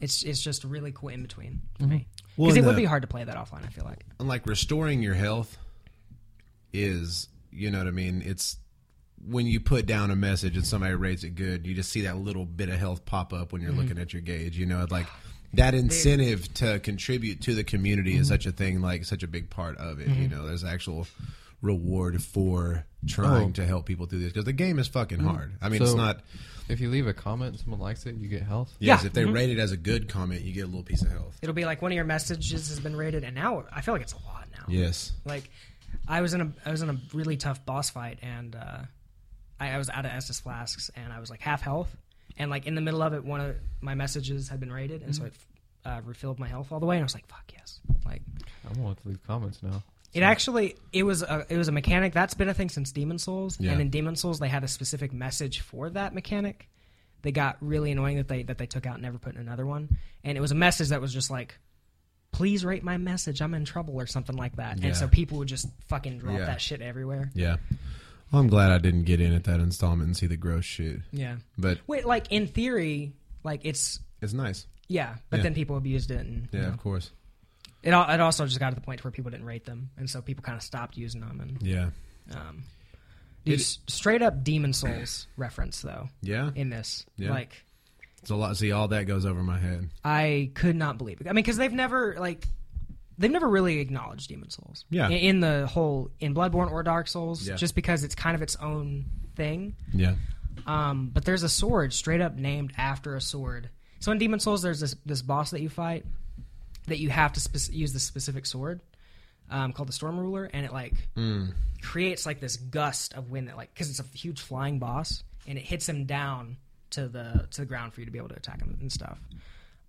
Speaker 1: it's it's just really cool in between for
Speaker 3: Mm-hmm.
Speaker 1: me.
Speaker 2: Well,
Speaker 1: Because it
Speaker 2: and
Speaker 1: would
Speaker 2: the-
Speaker 1: be hard to play that offline. I feel like
Speaker 2: And like restoring your health is, you know what I mean? It's when you put down a message and somebody rates it good, you just see that little bit of health pop up when you're looking at your gauge. You know, it's like that incentive to contribute to the community is such a thing, like such a big part of it. You know, there's actual reward for trying
Speaker 3: Oh.
Speaker 2: to help people through this because the game is fucking hard. I mean, it's
Speaker 3: So-
Speaker 2: not.
Speaker 3: If you leave a comment, and someone likes it, you get health.
Speaker 2: Yes,
Speaker 1: Yeah.
Speaker 2: if they rate it as a good comment, you get a little piece of health.
Speaker 1: it'll be like one of your messages has been rated, and now I feel like it's a lot now.
Speaker 2: Yes.
Speaker 1: Like I was in a I was in a really tough boss fight, and uh, I, I was out of Estus flasks, and I was like half health, and like in the middle of it, one of my messages had been rated, and so it
Speaker 3: Mm-hmm.
Speaker 1: uh, refilled my health all the way, and I was like, "Fuck yes!" Like
Speaker 3: I don't want to leave comments now.
Speaker 1: It actually it was a it was a mechanic that's been a thing since Demon Souls,
Speaker 2: Yeah.
Speaker 1: and in Demon Souls they had a specific message for that mechanic. They got really annoying that they that they took out and never put in another one, and it was a message that was just like, "Please rate my message. I'm in trouble" or something like that.
Speaker 2: Yeah.
Speaker 1: And so people would just fucking drop
Speaker 2: Yeah.
Speaker 1: that shit everywhere.
Speaker 2: Yeah. Well, I'm glad I didn't get in at that installment and see the gross shit.
Speaker 1: Yeah.
Speaker 2: But
Speaker 1: Wait, like in theory, like it's
Speaker 2: it's nice.
Speaker 1: yeah, but
Speaker 2: Yeah.
Speaker 1: then people abused it, and
Speaker 2: Yeah, of course.
Speaker 1: it al- it also just got to the point where people didn't rate them, and so people kind of stopped using them. And
Speaker 2: Yeah.
Speaker 1: um, dude,
Speaker 2: It-
Speaker 1: s- straight up Demon Souls reference though.
Speaker 2: Yeah.
Speaker 1: in this.
Speaker 2: Yeah.
Speaker 1: Like
Speaker 2: It's a lot. See, all that goes over my head.
Speaker 1: I could not believe it. I mean, because they've never like they've never really acknowledged Demon Souls.
Speaker 2: Yeah.
Speaker 1: In, in the whole in Bloodborne or Dark Souls,
Speaker 2: Yeah.
Speaker 1: just because it's kind of its own thing.
Speaker 2: Yeah.
Speaker 1: Um, but there's a sword straight up named after a sword. So in Demon Souls, there's this this boss that you fight that you have to spec- use this specific sword um, called the Storm Ruler, and it like
Speaker 2: Hmm.
Speaker 1: creates like this gust of wind that like because it's a huge flying boss, and it hits him down to the to the ground for you to be able to attack him and stuff.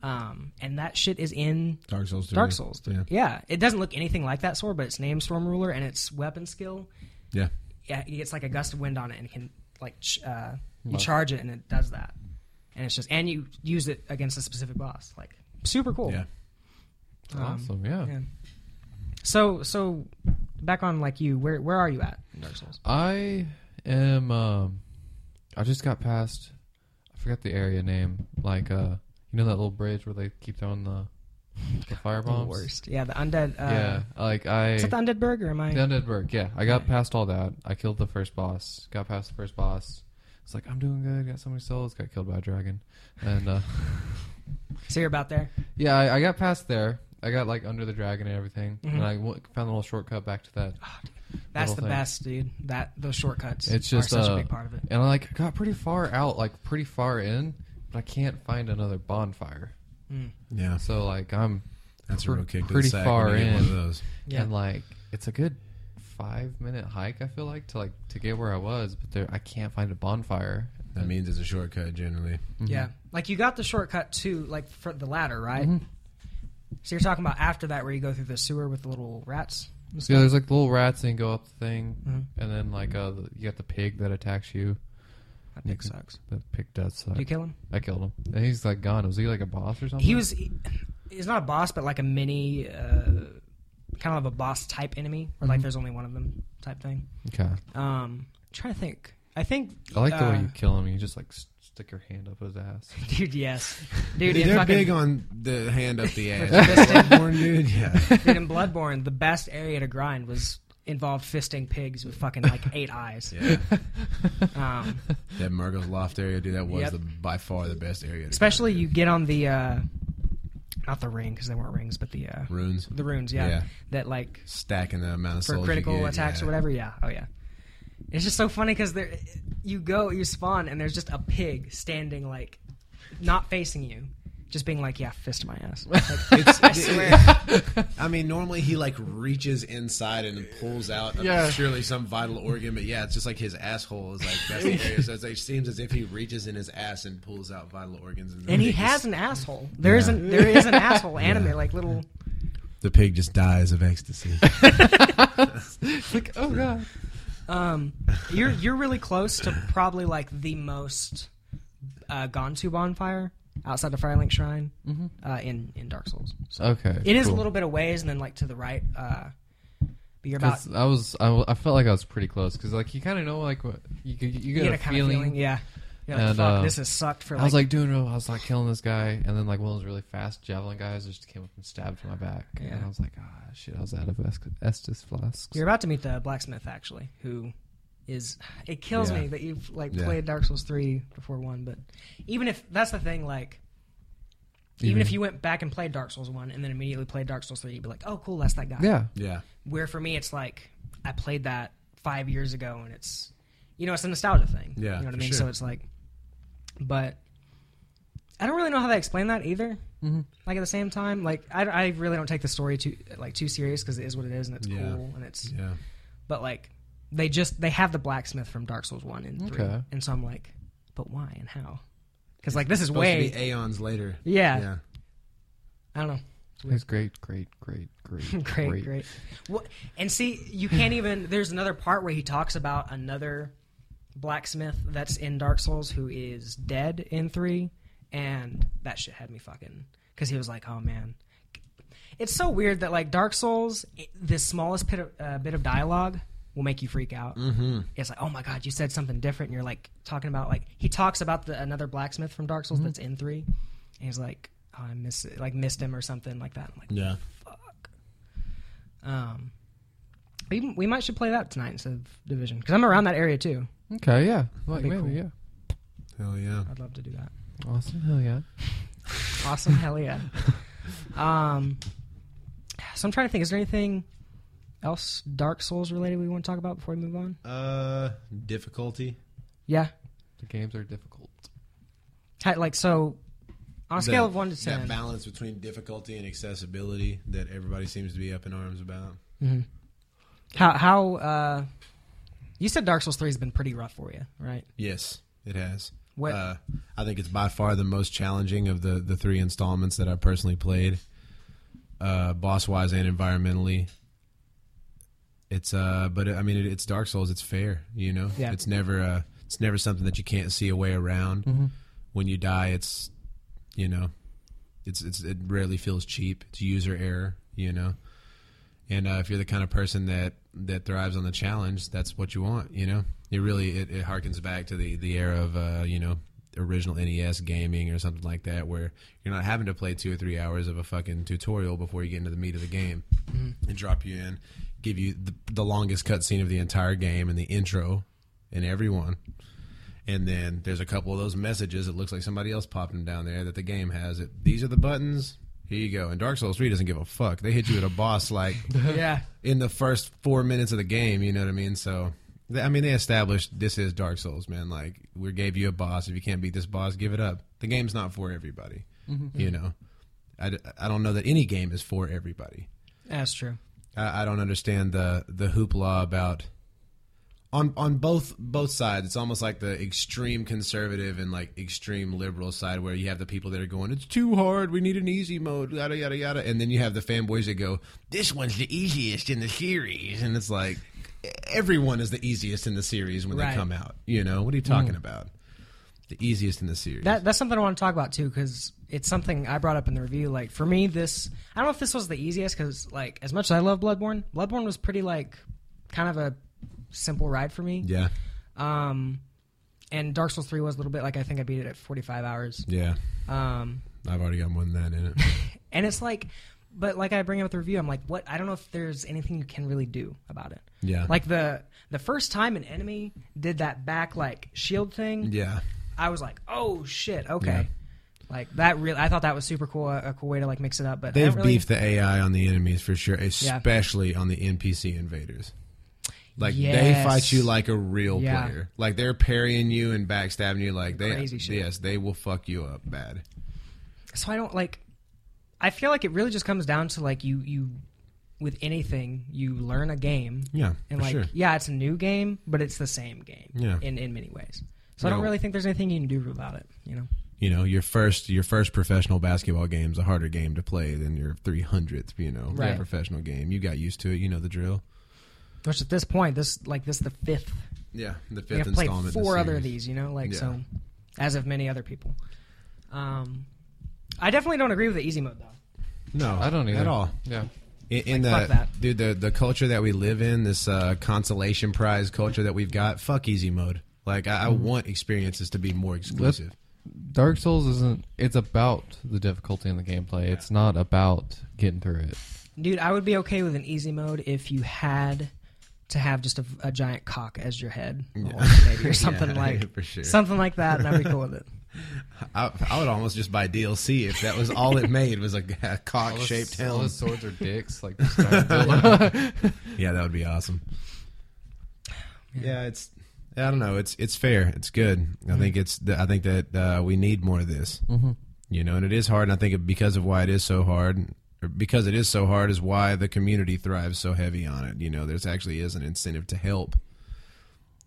Speaker 1: Um, and that shit is in
Speaker 2: Dark Souls. 3.
Speaker 1: Dark Souls.
Speaker 2: Yeah.
Speaker 1: yeah, it doesn't look anything like that sword, but it's named Storm Ruler, and its weapon skill
Speaker 2: Yeah.
Speaker 1: yeah, it gets like a gust of wind on it and can like ch- uh, you charge it and it does that, and it's just and you use it against a specific boss, like super cool.
Speaker 2: Yeah.
Speaker 3: awesome. Yeah.
Speaker 1: Um, Yeah. So so back on like you, where where are you at in Dark Souls?
Speaker 3: I am. Um, I just got past. I forgot the area name. Like, uh, you know that little bridge where they keep throwing the, the firebombs.
Speaker 1: The worst. Yeah, the undead. Uh,
Speaker 3: yeah. Like I.
Speaker 1: Is it the undead bird or am I?
Speaker 3: The undead bird. Yeah, I got past all that. I killed the first boss. Got past the first boss. It's like I'm doing good. Got so many souls. Got killed by a dragon. And uh,
Speaker 1: So you're about there.
Speaker 3: yeah, I, I got past there. I got like under the dragon and everything.
Speaker 1: Mm-hmm.
Speaker 3: And I w- found the little shortcut back to that.
Speaker 1: That's
Speaker 3: Little
Speaker 1: the
Speaker 3: thing.
Speaker 1: best, dude. That those shortcuts.
Speaker 3: It's just,
Speaker 1: are such
Speaker 3: uh,
Speaker 1: a big part of it.
Speaker 3: And I like got pretty far out, like pretty far in, but I can't find another bonfire.
Speaker 2: Yeah.
Speaker 3: So like I'm
Speaker 2: That's a
Speaker 3: Pre-
Speaker 2: real kick to the
Speaker 3: pretty
Speaker 2: sack
Speaker 3: far
Speaker 2: when you get One of
Speaker 3: in.
Speaker 2: those.
Speaker 1: Yeah.
Speaker 3: and like it's a good five minute hike. I feel like to like to get where I was, but there I can't find a bonfire.
Speaker 2: That means it's a shortcut generally.
Speaker 3: Mm-hmm.
Speaker 1: Yeah, like you got the shortcut to like for the ladder, right?
Speaker 3: Mm-hmm.
Speaker 1: So you're talking about after that, where you go through the sewer with the little rats. and
Speaker 3: So yeah,
Speaker 1: stuff?
Speaker 3: there's like little rats and go up the thing,
Speaker 1: Mm-hmm.
Speaker 3: and then like uh, the- you got the pig that attacks you.
Speaker 1: That dick sucks.
Speaker 3: The pig does suck.
Speaker 1: Do you kill him?
Speaker 3: I killed him. And he's like gone. Was he like a boss or something?
Speaker 1: He was. he- he's not a boss, but like a mini, uh, kind of a boss type enemy, or like there's only one of them type thing.
Speaker 3: Okay.
Speaker 1: Um, trying to think. I think.
Speaker 3: I like the way
Speaker 1: uh,
Speaker 3: you kill him. You just like s- stick your hand up his ass.
Speaker 1: dude. Yes, dude.
Speaker 2: Dude,
Speaker 1: in
Speaker 2: they're
Speaker 1: fucking,
Speaker 2: big on the hand up the ass. Born dude. Yeah.
Speaker 1: dude, in Bloodborne, the best area to grind was involved fisting pigs with fucking like eight eyes.
Speaker 2: Yeah.
Speaker 1: Um,
Speaker 2: That Murgo's Loft area, dude. That was
Speaker 1: Yep.
Speaker 2: the by far the best area. to
Speaker 1: especially you get on the, uh, not the ring because they weren't rings, but the uh,
Speaker 2: go. runes,
Speaker 1: the runes. Yeah,
Speaker 2: Yeah.
Speaker 1: that like
Speaker 2: stacking the amount of
Speaker 1: for
Speaker 2: souls you
Speaker 1: critical
Speaker 2: get,
Speaker 1: attacks
Speaker 2: yeah.
Speaker 1: or whatever. Yeah. Oh yeah. It's just so funny because there, you go, you spawn, and there's just a pig standing like, not facing you, just being like, yeah, fist my ass.
Speaker 2: It's,
Speaker 1: I swear.
Speaker 2: I mean, normally he like reaches inside and pulls out uh,
Speaker 3: Yeah.
Speaker 2: surely some vital organ, but yeah, it's just like his asshole is like that's the area. So it's, like, it seems as if he reaches in his ass and pulls out vital organs, and,
Speaker 1: and he has an asshole. There not there is an asshole anime like little.
Speaker 2: the pig just dies of ecstasy.
Speaker 3: It's like, oh god.
Speaker 1: Um, you're you're really close to probably like the most uh, gone to bonfire outside the Firelink Shrine
Speaker 2: Mm-hmm.
Speaker 1: uh, in in Dark Souls. So
Speaker 3: Okay.
Speaker 1: it is a
Speaker 3: cool.
Speaker 1: little bit of ways, and then like to the right, uh, but you're about
Speaker 3: 'Cause I was I, w- I felt like I was pretty close because like you kind of know like what you you, you
Speaker 1: you
Speaker 3: get,
Speaker 1: get
Speaker 3: a,
Speaker 1: kind
Speaker 3: feeling.
Speaker 1: of feeling, yeah. You're like,
Speaker 3: And,
Speaker 1: fuck,
Speaker 3: uh,
Speaker 1: this has sucked for like,
Speaker 3: I was like doing real. I was like killing this guy, and then like one of those really fast javelin guys just came up and stabbed my back, and
Speaker 1: Yeah.
Speaker 3: I was like, ah, shit, I was out of es- Estus flasks.
Speaker 1: You're about to meet the blacksmith actually, who is it kills
Speaker 2: Yeah.
Speaker 1: me that you've like
Speaker 2: Yeah.
Speaker 1: played Dark Souls three before one, but even if that's the thing, like even,
Speaker 3: Even-
Speaker 1: if you went back and played Dark Souls one and then immediately played Dark Souls three, you'd be like, oh cool, that's that guy.
Speaker 3: yeah,
Speaker 2: yeah,
Speaker 1: Where for me, it's like I played that five years ago, and it's you know it's a nostalgia thing.
Speaker 2: Yeah,
Speaker 1: you know what I
Speaker 2: for
Speaker 1: mean.
Speaker 2: sure.
Speaker 1: So it's like, but I don't really know how they explain that either.
Speaker 2: Mm-hmm.
Speaker 3: Mhm.
Speaker 1: Like at the same time, like I, I really don't take the story too like too serious because it is what it is and it's
Speaker 2: Yeah.
Speaker 1: cool and it's
Speaker 2: yeah.
Speaker 1: but like they just they have the blacksmith from Dark Souls one and three,
Speaker 3: Okay.
Speaker 1: and so I'm like, but why and how? Because like this is
Speaker 2: Supposed
Speaker 1: way
Speaker 2: to be aeons later.
Speaker 1: yeah,
Speaker 2: yeah.
Speaker 1: I don't know
Speaker 3: he's great, great, great, great,
Speaker 1: great great, Well, and see you can't even there's another part where he talks about another blacksmith that's in Dark Souls who is dead in three, and that shit had me fucking because he was like, oh man. It's so weird that like Dark Souls, it- the smallest bit of, uh, bit of dialogue will make you freak out.
Speaker 2: Mm-hmm.
Speaker 1: it's like, oh my god, you said something different. And you're like talking about like he talks about the another blacksmith from Dark Souls that's in three, and he's like, oh, I miss like missed him or something like that. I'm like,
Speaker 2: Yeah.
Speaker 1: fuck. Um, we we might should play that tonight instead of Division because I'm around that area too.
Speaker 3: Okay, yeah, like
Speaker 1: Be
Speaker 3: maybe,
Speaker 1: cool.
Speaker 3: yeah,
Speaker 2: Hell yeah.
Speaker 1: I'd love to do that.
Speaker 3: awesome, hell yeah.
Speaker 1: Awesome, hell yeah. Um, so I'm trying to think. Is there anything else Dark Souls related we want to talk about before we move on?
Speaker 2: Uh, difficulty.
Speaker 1: Yeah,
Speaker 3: The games are difficult.
Speaker 1: Hi- like so. On a scale of one to
Speaker 2: That
Speaker 1: ten,
Speaker 2: balance between difficulty and accessibility that everybody seems to be up in arms about.
Speaker 1: Mhm. How how uh, you said Dark Souls three has been pretty rough for you, right?
Speaker 2: Yes, it has.
Speaker 1: What
Speaker 2: Uh, I think it's by far the most challenging of the the three installments that I personally played, uh, boss wise and environmentally. It's uh, but I mean, it, it's Dark Souls. It's fair, you know.
Speaker 1: Yeah.
Speaker 2: It's never uh, it's never something that you can't see a way around.
Speaker 1: Mm-hmm.
Speaker 2: When you die, it's you know, it's it's it rarely feels cheap. It's user error, you know. And uh, if you're the kind of person that that thrives on the challenge, that's what you want. You know, it really it, it harkens back to the the era of uh, you know original NES gaming or something like that, where you're not having to play two or three hours of a fucking tutorial before you get into the meat of the game and drop you in, give you the, the longest cutscene of the entire game and the intro and everyone. And then there's a couple of those messages. It looks like somebody else popped them down there that the game has. It. These are the buttons. Here you go. And Dark Souls 3 doesn't give a fuck. They hit you at a boss like
Speaker 1: yeah,
Speaker 2: in the first four minutes of the game. You know what I mean? So, th- I mean, they established this is Dark Souls, man. Like, we gave you a boss. If you can't beat this boss, give it up. The game's not for everybody. You know, I, d- I don't know that any game is for everybody.
Speaker 1: that's true.
Speaker 2: I, I don't understand the the hoopla about on on both both sides. It's almost like the extreme conservative and like extreme liberal side, where you have the people that are going, "It's too hard. We need an easy mode." Yada yada yada, and then you have the fanboys that go, "This one's the easiest in the series," and it's like everyone is the easiest in the series when
Speaker 1: Right. Mm.
Speaker 2: they come out. You know what are you talking about? The easiest in the series.
Speaker 1: That that's something I want to talk about too because it's something I brought up in the review. Like for me, this I don't know if this was the easiest because like as much as I love Bloodborne, Bloodborne was pretty like kind of a simple ride for me.
Speaker 2: yeah,
Speaker 1: Um, and Dark Souls three was a little bit like I think I beat it at forty five hours.
Speaker 2: yeah.
Speaker 1: Um,
Speaker 2: I've already got more than that in it.
Speaker 1: and it's like, but like I bring up the review, I'm like, what? I don't know if there's anything you can really do about it.
Speaker 2: Yeah,
Speaker 1: Like the the first time an enemy did that back like shield thing,
Speaker 2: yeah.
Speaker 1: I was like, "Oh shit, okay."
Speaker 2: Yeah.
Speaker 1: Like that really I thought that was super cool, a, a cool way to like mix it up, but I
Speaker 2: They've
Speaker 1: don't really,
Speaker 2: beefed the AI on the enemies for sure, especially on the NPC invaders. Like they
Speaker 1: Yes.
Speaker 2: fight you like a real
Speaker 1: Yeah.
Speaker 2: player. Like they're parrying you and backstabbing you. Like they,
Speaker 1: Crazy shit.
Speaker 2: yes, they will fuck you up bad.
Speaker 1: so I don't like. I feel like it really just comes down to like you you with anything you learn a game
Speaker 2: Yeah,
Speaker 1: and
Speaker 2: for
Speaker 1: like
Speaker 2: sure.
Speaker 1: yeah it's a new game but it's the same game
Speaker 2: Yeah.
Speaker 1: in in many ways. So I
Speaker 2: No.
Speaker 1: don't really think there's anything you can do about it. You know.
Speaker 2: You know, your first your first professional basketball game's a harder game to play than your 300th, you know,
Speaker 1: Right.
Speaker 2: professional game. You got used to it. You know the drill.
Speaker 1: Which at this point, this like this is the fifth.
Speaker 2: Yeah, the
Speaker 1: we
Speaker 2: fifth
Speaker 1: have played
Speaker 2: installment. in the
Speaker 1: four other of
Speaker 2: series.
Speaker 1: these, you know, like
Speaker 2: Yeah.
Speaker 1: so, as of many other people. Um, I definitely don't agree with the easy mode though.
Speaker 2: No,
Speaker 3: I don't either
Speaker 2: at all.
Speaker 3: Yeah,
Speaker 2: In, in
Speaker 1: Like,
Speaker 2: the
Speaker 1: fuck that.
Speaker 2: dude, the the culture that we live in, this uh, consolation prize culture that we've got, fuck easy mode. Like I, I
Speaker 1: Mm.
Speaker 2: want experiences to be more exclusive.
Speaker 3: Dark Souls isn't. It's about the difficulty in the gameplay. It's not about getting through it.
Speaker 1: Dude, I would be okay with an easy mode if you had to have just a, a giant cock as your head, or maybe or something
Speaker 2: Yeah,
Speaker 1: like
Speaker 2: for sure.
Speaker 1: something like that, and I'd be cool with it.
Speaker 2: I, I would almost just buy DLC if that was all it made was a, cock shaped
Speaker 3: All
Speaker 2: helm.
Speaker 3: his swords are dicks. Like this guy.
Speaker 2: Yeah, that would be awesome. Yeah, it's I don't know. It's it's fair. It's good. I think it's th- I think that uh, we need more of this. Mm-hmm. You know, and it is hard. And I think it- because of why it is so hard, or because it is so hard, is why the community thrives so heavy on it. You know, there's actually is an incentive to help.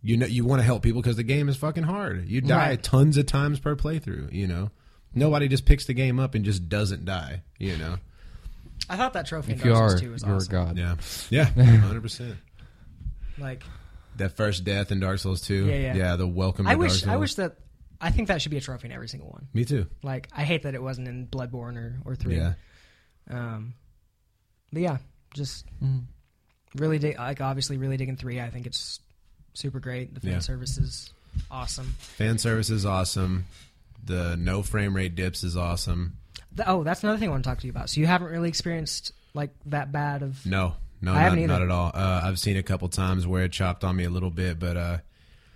Speaker 2: You know, you want to help people because the game is fucking hard. You die
Speaker 1: Right.
Speaker 2: tons of times per playthrough. You know, nobody just picks the game up and just doesn't die. You know,
Speaker 1: I thought that trophy in
Speaker 3: if you
Speaker 1: Dark
Speaker 3: are,
Speaker 1: Souls 2
Speaker 3: you're
Speaker 1: was
Speaker 3: a
Speaker 1: awesome.
Speaker 3: god.
Speaker 2: yeah, yeah, hundred percent.
Speaker 1: Like,
Speaker 2: That first death in Dark Souls 2.
Speaker 1: Yeah, yeah.
Speaker 2: the welcome to
Speaker 1: I
Speaker 2: Dark
Speaker 1: wish,
Speaker 2: Souls.
Speaker 1: I wish that I think that should be a trophy in every single one.
Speaker 2: Me too.
Speaker 1: Like, I hate that it wasn't in Bloodborne or or three.
Speaker 2: Yeah.
Speaker 1: Um, but yeah, just
Speaker 3: Mhm.
Speaker 1: really dig, like obviously really digging three. I think it's super great. The fan
Speaker 2: Yeah.
Speaker 1: service is awesome.
Speaker 2: Fan service is awesome. The no frame rate dips is awesome.
Speaker 1: Th- oh, that's another thing I want to talk to you about. So you haven't really experienced like that bad of
Speaker 2: No, no,
Speaker 1: I
Speaker 2: not,
Speaker 1: haven't either.
Speaker 2: not at all. Uh, I've seen a couple times where it chopped on me a little bit, but uh,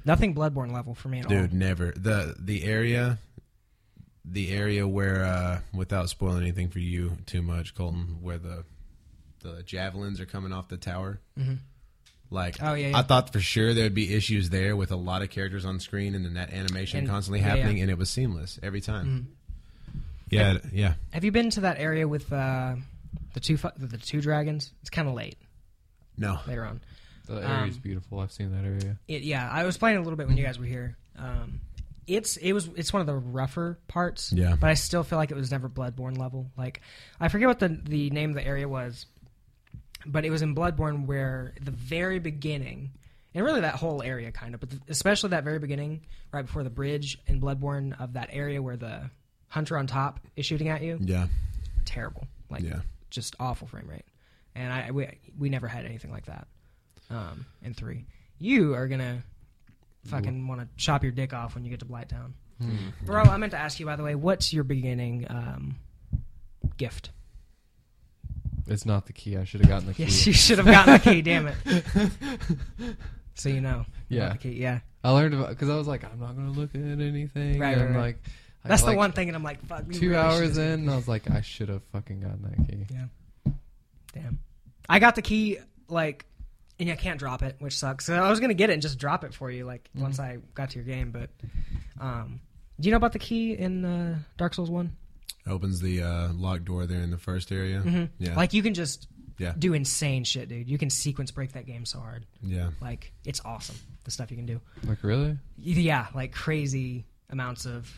Speaker 1: nothing Bloodborne level for me at
Speaker 2: dude, never. The the area the area where uh, without spoiling anything for you too much, Colton, where the the javelins are coming off the tower. Like
Speaker 1: Mm-hmm. Oh, yeah, yeah.
Speaker 2: I thought for sure there would be issues there with a lot of characters on screen and then that animation
Speaker 1: And-
Speaker 2: constantly
Speaker 1: yeah, Mm-hmm. yeah.
Speaker 2: happening, and it was seamless every time. Yeah, it- yeah.
Speaker 1: all. Have you been to that area with uh, the two fu- the two dragons? It's kind of late
Speaker 2: No,
Speaker 1: later on.
Speaker 3: The area's
Speaker 1: Um,
Speaker 3: beautiful. I've seen that area.
Speaker 1: It, yeah, I was playing a little bit when you guys were here. Um, it's it was it's one of the rougher parts.
Speaker 2: Yeah.
Speaker 1: But I still feel like it was never Bloodborne level. Like I forget what the the name of the area was, but it was in Bloodborne where the very beginning, and really that whole area kind of, but especially that very beginning, right before the bridge in Bloodborne of that area where the hunter on top is shooting at you,
Speaker 2: yeah,
Speaker 1: terrible. Like
Speaker 2: yeah.
Speaker 1: just awful frame rate. And I we, we never had anything like that. Um, in three, you are gonna fucking want to chop your dick off when you get to Blighttown, bro. I meant to ask you by the way, what's your beginning um, gift?
Speaker 3: It's not the key. I should have gotten the key.
Speaker 1: Yes, you should have gotten the key. Damn it. So you know,
Speaker 3: Yeah.
Speaker 1: the key, yeah.
Speaker 3: I learned about because I was like, I'm not gonna look at anything.
Speaker 1: Right,
Speaker 3: and
Speaker 1: right, right.
Speaker 3: like, I
Speaker 1: That's
Speaker 3: got,
Speaker 1: the
Speaker 3: like,
Speaker 1: one thing, and I'm like, fuck. we
Speaker 3: Two
Speaker 1: really
Speaker 3: hours
Speaker 1: should've-
Speaker 3: in, and I was like, I should have fucking gotten that key.
Speaker 1: Yeah. Damn. I got the key like, and I can't drop it, which sucks. So I was gonna get it and just drop it for you like once I got to your game, but um, do you know about the key in uh, Dark Souls One?
Speaker 2: Opens the uh, locked door there in the first area. Yeah,
Speaker 1: Mm-hmm. Like you can just
Speaker 2: yeah,
Speaker 1: do insane shit, dude. You can sequence break that game so hard.
Speaker 2: yeah.
Speaker 1: Like it's awesome the stuff you can do.
Speaker 3: Like really?
Speaker 1: Yeah, like crazy amounts of.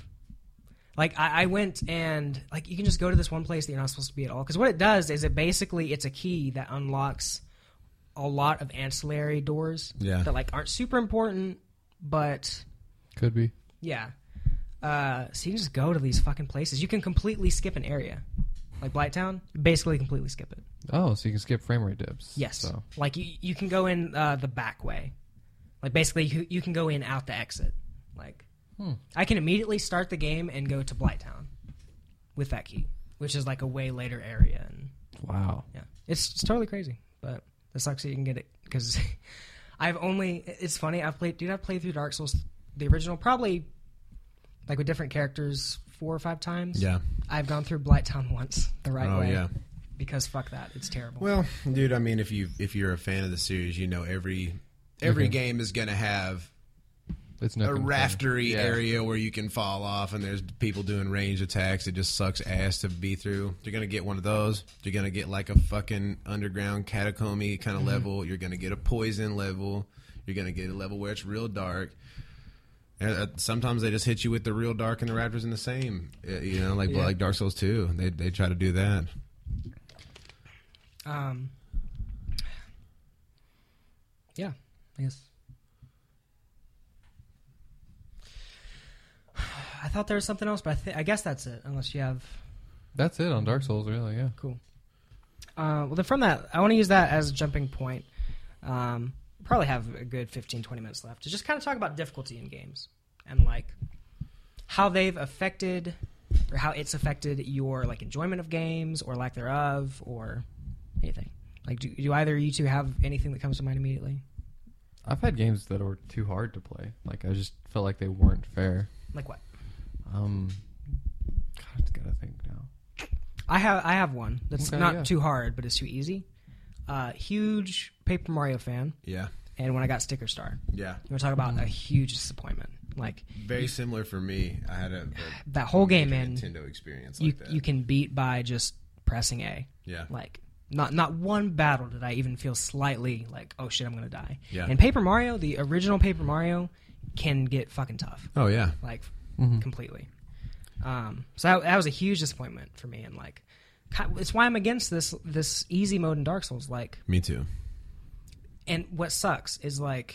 Speaker 1: Like I, I went and like you can just go to this one place that you're not supposed to be at all. Because what it does is it basically it's a key that unlocks a lot of ancillary doors
Speaker 2: Yeah.
Speaker 1: that like aren't super important, but
Speaker 3: Could be.
Speaker 1: yeah. Uh, so you can just go to these fucking places. You can completely skip an area, like Blighttown. Basically, completely skip it.
Speaker 3: Oh, so you can skip frame rate dips.
Speaker 1: Yes.
Speaker 3: So
Speaker 1: Like you, you can go in uh, the back way. Like basically, you, you can go in out the exit. Like
Speaker 2: Hmm.
Speaker 1: I can immediately start the game and go to Blighttown with that key, which is like a way later area. And
Speaker 3: wow.
Speaker 1: yeah, it's, it's totally crazy, but it sucks that you can get it because I've only. It's funny. I've played, dude. I've played through Dark Souls, the original, probably like with different characters four or five times.
Speaker 2: Yeah.
Speaker 1: I've gone through Blighttown once the right
Speaker 2: Oh,
Speaker 1: way.
Speaker 2: yeah.
Speaker 1: Because fuck that, it's terrible.
Speaker 2: Well, dude, I mean, if you if you're a fan of the series, you know every every game is gonna have
Speaker 3: It's
Speaker 2: a
Speaker 3: not gonna
Speaker 2: raftery
Speaker 3: Yeah.
Speaker 2: area where you can fall off, and there's people doing range attacks. It just sucks ass to be through. You're gonna get one of those. You're gonna get like a fucking underground catacomby kind of level. You're gonna get a poison level. You're gonna get a level where it's real dark. And, uh, sometimes they just hit you with the real dark and the raptors in the same. Uh, You know, like
Speaker 1: Yeah.
Speaker 2: like Dark Souls two. They they try to do that.
Speaker 1: Um, yeah, I guess. I thought there was something else, but I, th- I guess that's it. Unless you have
Speaker 3: That's it on Dark Souls, really. Yeah.
Speaker 1: cool. Uh, well, then from that, I want to use that as a jumping point. Um, probably have a good 15, 20 minutes left to just kind of talk about difficulty in games and like how they've affected or how it's affected your like enjoyment of games or lack thereof or anything. Like, do, do either of you two have anything that comes to mind immediately?
Speaker 3: I've had games that were too hard to play. Like I just felt like they weren't fair.
Speaker 1: Like what?
Speaker 3: Um, God, I just gotta think now.
Speaker 1: I have I have one that's
Speaker 3: Okay,
Speaker 1: not
Speaker 3: yeah.
Speaker 1: too hard, but it's too easy. Uh, huge Paper Mario fan,
Speaker 2: Yeah,
Speaker 1: and when I got Sticker Star, you
Speaker 2: yeah.
Speaker 1: want to talk
Speaker 3: Mm-hmm.
Speaker 1: about a huge disappointment. Like
Speaker 2: Very similar for me. I had a, a
Speaker 1: that whole game in
Speaker 2: Nintendo experience
Speaker 1: you
Speaker 2: like that.
Speaker 1: you can beat by just pressing A.
Speaker 2: yeah,
Speaker 1: Like not not one battle did I even feel slightly like oh shit I'm gonna die.
Speaker 2: Yeah.
Speaker 1: And Paper Mario, the original Paper Mario, can get fucking tough
Speaker 2: Oh yeah.
Speaker 1: like completely. Um, so that, that was a huge disappointment for me and like ki- it's why I'm against this this easy mode in Dark Souls. Like
Speaker 2: Me too.
Speaker 1: and what sucks is like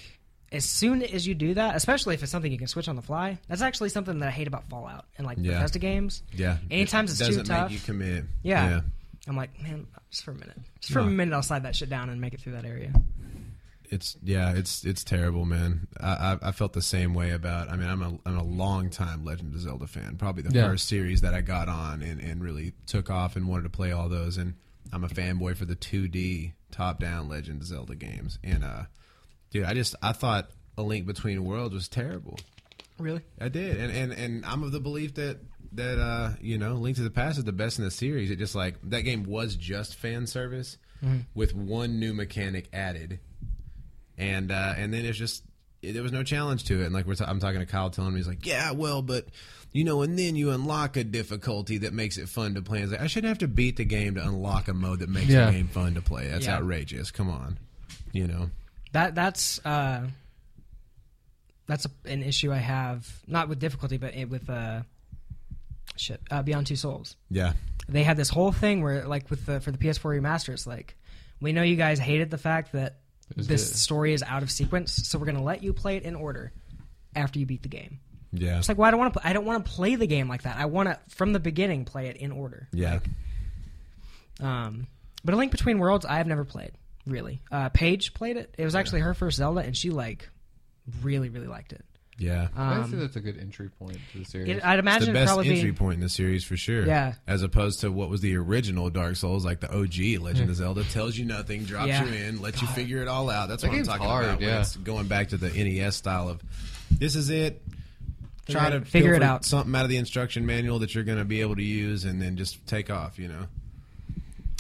Speaker 1: as soon as you do that, especially if it's something you can switch on the fly, that's actually something that I hate about Fallout and like
Speaker 2: Yeah.
Speaker 1: Bethesda games.
Speaker 2: Yeah.
Speaker 1: Anytime it's too
Speaker 2: doesn't
Speaker 1: tough.
Speaker 2: make you commit.
Speaker 1: Yeah. I'm like, man, just for a minute. Just for a
Speaker 2: No.
Speaker 1: minute, I'll slide that shit down and make it through that area.
Speaker 2: It's yeah, it's it's terrible, man. I, I I felt the same way about. I mean, I'm a I'm a long time Legend of Zelda fan. Probably the
Speaker 3: Yeah.
Speaker 2: first series that I got on and and really took off and wanted to play all those. And I'm a fanboy for the 2D top down Legend of Zelda games. And uh, dude, I just I thought A Link Between Worlds was terrible.
Speaker 1: Really?
Speaker 2: I did, and and and I'm of the belief that that uh you know Link to the Past is the best in the series. It just like that game was just fan service
Speaker 1: Mm-hmm.
Speaker 2: with one new mechanic added, and uh and then it's just it, there was no challenge to it. And like we're ta- I'm talking to Kyle, telling me he's like, yeah, well, but you know, and then you unlock a difficulty that makes it fun to play. It's like I shouldn't have to beat the game to unlock a mode that makes
Speaker 3: Yeah.
Speaker 2: the game fun to play. That's
Speaker 1: Yeah.
Speaker 2: outrageous. Come on, you know.
Speaker 1: That that's uh, that's a, an issue I have not with difficulty, but it, with uh, shit uh, Beyond Two Souls.
Speaker 2: Yeah,
Speaker 1: They had this whole thing where like with the for the PS4 remaster, it's like we know you guys hated the fact that
Speaker 3: Is
Speaker 1: this
Speaker 3: it-
Speaker 1: story is out of sequence, so we're gonna let you play it in order after you beat the game.
Speaker 2: yeah,
Speaker 1: It's like, well, I don't want to. I don't want to play the game like that. I want to from the beginning play it in order.
Speaker 2: yeah.
Speaker 1: Um, but A Link Between Worlds, I have never played really. Uh, Paige played it. It was actually her first Zelda, and she like really, really liked it.
Speaker 2: Yeah.
Speaker 3: I say that's a good entry point to the series.
Speaker 1: Um, it uh, I'd
Speaker 2: It's
Speaker 1: imagine
Speaker 2: the
Speaker 1: it
Speaker 2: best
Speaker 1: probably
Speaker 2: entry
Speaker 1: be,
Speaker 2: point in the series for sure.
Speaker 1: Yeah.
Speaker 2: As opposed to what was the original Dark Souls, like the OG Legend of Zelda, tells you nothing, drops
Speaker 1: Hmm. Yeah.
Speaker 2: you in, lets you figure it all out. That's
Speaker 3: That
Speaker 2: what I'm
Speaker 3: game's
Speaker 2: talking
Speaker 3: hard,
Speaker 2: about. when
Speaker 3: yeah.
Speaker 2: It's going back to the NES style of this is it.
Speaker 1: Figure
Speaker 2: Try
Speaker 1: it-
Speaker 2: to
Speaker 1: figure
Speaker 2: feel
Speaker 1: it
Speaker 2: for
Speaker 1: out.
Speaker 2: Something out of the instruction manual that you're going to be able to use, and then just take off. You know.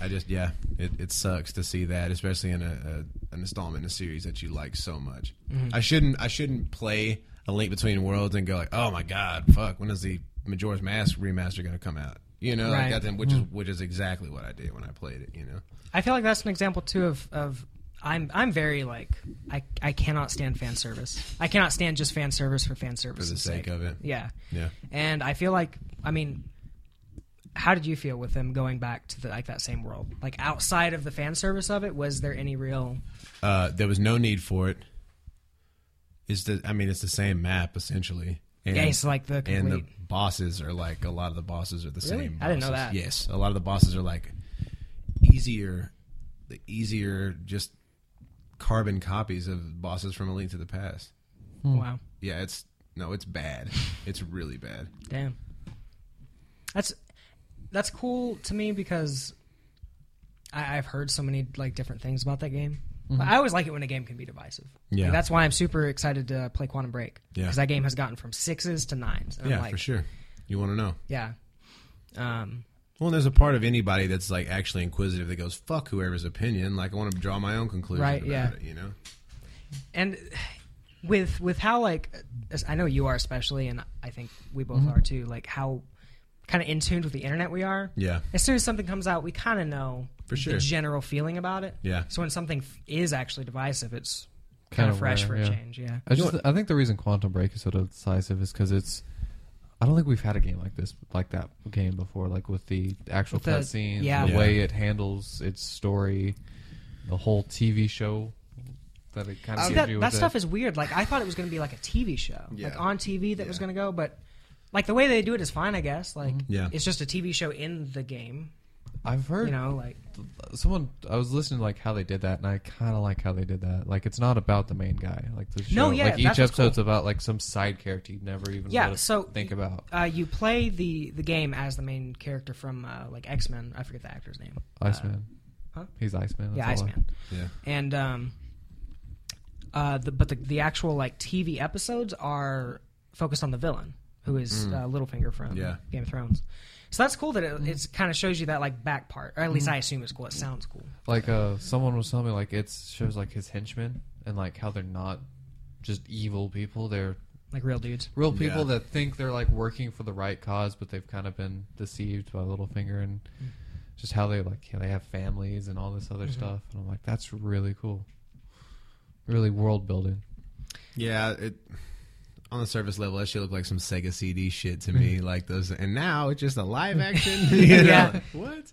Speaker 2: I just yeah, it, it sucks to see that, especially in a, a an installment in a series that you like so much.
Speaker 1: Mm-hmm.
Speaker 2: I shouldn't I shouldn't play a Link Between Worlds and go like, oh my god, fuck, when is the Majora's Mask remaster gonna come out? You
Speaker 1: Right.
Speaker 2: know,
Speaker 1: Mm-hmm.
Speaker 2: like that, thing, which is which is exactly what I did when I played it. You know,
Speaker 1: I feel like that's an example too of of I'm I'm very like I I cannot stand fan service. I cannot stand just fan service for fan service
Speaker 2: for the sake of it.
Speaker 1: Yeah,
Speaker 2: Yeah,
Speaker 1: and I feel like I mean. How did you feel with them going back to the, like that same world? Like outside of the fan service of it, was there any real
Speaker 2: uh, there was no need for it. It's the I mean, it's the same map essentially. And,
Speaker 1: Yeah, it's like the
Speaker 2: and the
Speaker 1: complete.
Speaker 2: bosses are like a lot of the bosses are the
Speaker 1: Really?
Speaker 2: same.
Speaker 1: I didn't know
Speaker 2: bosses.
Speaker 1: that.
Speaker 2: Yes, a lot of the bosses are like easier, the easier just carbon copies of bosses from A Link to the Past.
Speaker 1: Wow,
Speaker 2: Yeah, it's no, it's bad. It's really bad.
Speaker 1: damn. That's that's cool to me because I, I've heard so many like different things about that game. But I always like it when a game can be divisive.
Speaker 2: Mm-hmm. Yeah.
Speaker 1: Like, that's why I'm super excited to play Quantum Break.
Speaker 2: Yeah.
Speaker 1: because that game has gotten from sixes to nines. And
Speaker 2: Yeah,
Speaker 1: I'm like,
Speaker 2: for sure. You want to know?
Speaker 1: Yeah. Um,
Speaker 2: Well, there's a part of anybody that's like actually inquisitive that goes fuck whoever's opinion. Like I want to draw my own conclusions
Speaker 1: Right,
Speaker 2: about
Speaker 1: yeah.
Speaker 2: it. You know?
Speaker 1: and with with how like as- I know you are especially, and I think we
Speaker 2: Mm-hmm.
Speaker 1: both are too. Like how kind of in tune with the internet we are.
Speaker 2: Yeah.
Speaker 1: As soon as something comes out, we kind of know
Speaker 2: For sure.
Speaker 1: the general feeling about it.
Speaker 2: Yeah.
Speaker 1: So when something f- is actually divisive, it's kind
Speaker 3: Kinda
Speaker 1: of fresh
Speaker 3: rare,
Speaker 1: for a
Speaker 3: yeah.
Speaker 1: change. Yeah.
Speaker 3: I just I think the reason Quantum Break is so decisive is because it's. I don't think we've had a game like this, like that game before, like with the actual
Speaker 1: With the-
Speaker 3: cutscenes,
Speaker 1: yeah.
Speaker 3: the
Speaker 2: Yeah.
Speaker 3: way it handles its story, the whole TV show that it kind of
Speaker 1: See,
Speaker 3: gives
Speaker 1: Oh, that,
Speaker 3: you.
Speaker 1: that
Speaker 3: with
Speaker 1: stuff
Speaker 3: it.
Speaker 1: is weird. Like I thought it was going to be like a TV show,
Speaker 2: Yeah.
Speaker 1: like on TV that was
Speaker 2: Yeah.
Speaker 1: going to go. But like the way they do it is fine, I guess. Like
Speaker 2: Yeah.
Speaker 1: it's just a TV show in the game.
Speaker 3: I've heard
Speaker 1: You know, like
Speaker 3: someone. I was listening to like how they did that, and I kind of like how they did that. Like it's not about the main guy, like the show.
Speaker 1: No, yeah,
Speaker 3: like each
Speaker 1: that's what's
Speaker 3: episode's about like some side character you never even
Speaker 1: Yeah,
Speaker 3: would've
Speaker 1: so-
Speaker 3: think about.
Speaker 1: uh, you play the the game as the main character from uh, like X Men. I forget the actor's name.
Speaker 3: Iceman,
Speaker 1: uh, huh?
Speaker 3: He's Iceman. That's
Speaker 1: yeah,
Speaker 3: all I-
Speaker 1: Iceman.
Speaker 2: Yeah.
Speaker 1: And um, uh, the, but the the actual like TV episodes are focused on the villain, who is
Speaker 3: Mm.
Speaker 1: uh, Littlefinger from
Speaker 2: Yeah.
Speaker 1: Game of Thrones. So that's cool that it it's kind of shows you that like back part, or at
Speaker 3: Mm.
Speaker 1: least I assume it's cool. It sounds cool.
Speaker 3: Like uh, someone was telling me, like it shows like his henchmen and like how they're not just evil people; they're
Speaker 1: like real dudes.
Speaker 3: real people
Speaker 2: Yeah.
Speaker 3: that think they're like working for the right cause, but they've kind of been deceived by Littlefinger and
Speaker 2: Mm.
Speaker 3: just how they like yeah, they have families and all this other
Speaker 2: Mm-hmm.
Speaker 3: stuff. And I'm like, that's really cool, really world building.
Speaker 2: Yeah, it on the surface level, that should look like some Sega CD shit to me. like those, and now it's just a live action. you know,
Speaker 1: Yeah.
Speaker 2: like, what?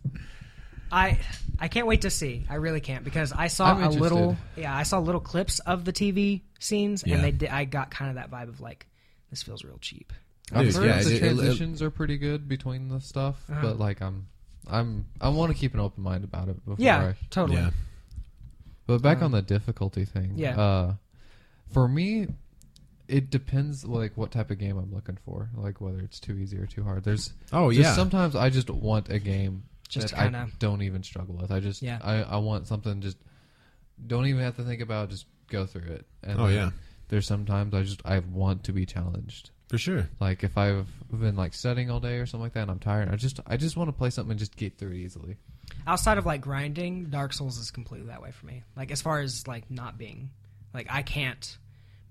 Speaker 1: I I can't wait to see. I really can't because I
Speaker 3: I'm
Speaker 1: saw a
Speaker 3: interested.
Speaker 1: little yeah I saw little clips of the TV scenes
Speaker 2: Yeah.
Speaker 1: and they did, I got kind of that vibe of like this feels real cheap.
Speaker 3: I've
Speaker 2: Dude,
Speaker 3: heard
Speaker 2: yeah, it-
Speaker 3: the
Speaker 2: it- it-
Speaker 3: transitions are pretty good between the stuff,
Speaker 1: Uh-huh.
Speaker 3: but like I'm, I'm, I want to keep an open mind about it before
Speaker 1: yeah,
Speaker 3: I
Speaker 1: totally.
Speaker 2: Yeah,
Speaker 3: But back
Speaker 1: Um,
Speaker 3: on the difficulty thing,
Speaker 1: yeah.
Speaker 3: Uh, for me, it depends like what type of game I'm looking for, like whether it's too easy or too hard. There's
Speaker 2: Oh,
Speaker 3: just
Speaker 2: yeah.
Speaker 3: Sometimes I just want a game
Speaker 1: Just
Speaker 3: that
Speaker 1: to kinda-
Speaker 3: I don't even struggle with. I just
Speaker 1: Yeah.
Speaker 3: I I want something just don't even have to think about. Just go through it. And
Speaker 2: Oh,
Speaker 3: then
Speaker 2: yeah.
Speaker 3: There's sometimes I just I want to be challenged.
Speaker 2: for sure.
Speaker 3: Like if I've been like studying all day or something like that, and I'm tired, I just I just want to play something and just get through it easily.
Speaker 1: Outside of like grinding, Dark Souls is completely that way for me. Like as far as like not being like I can't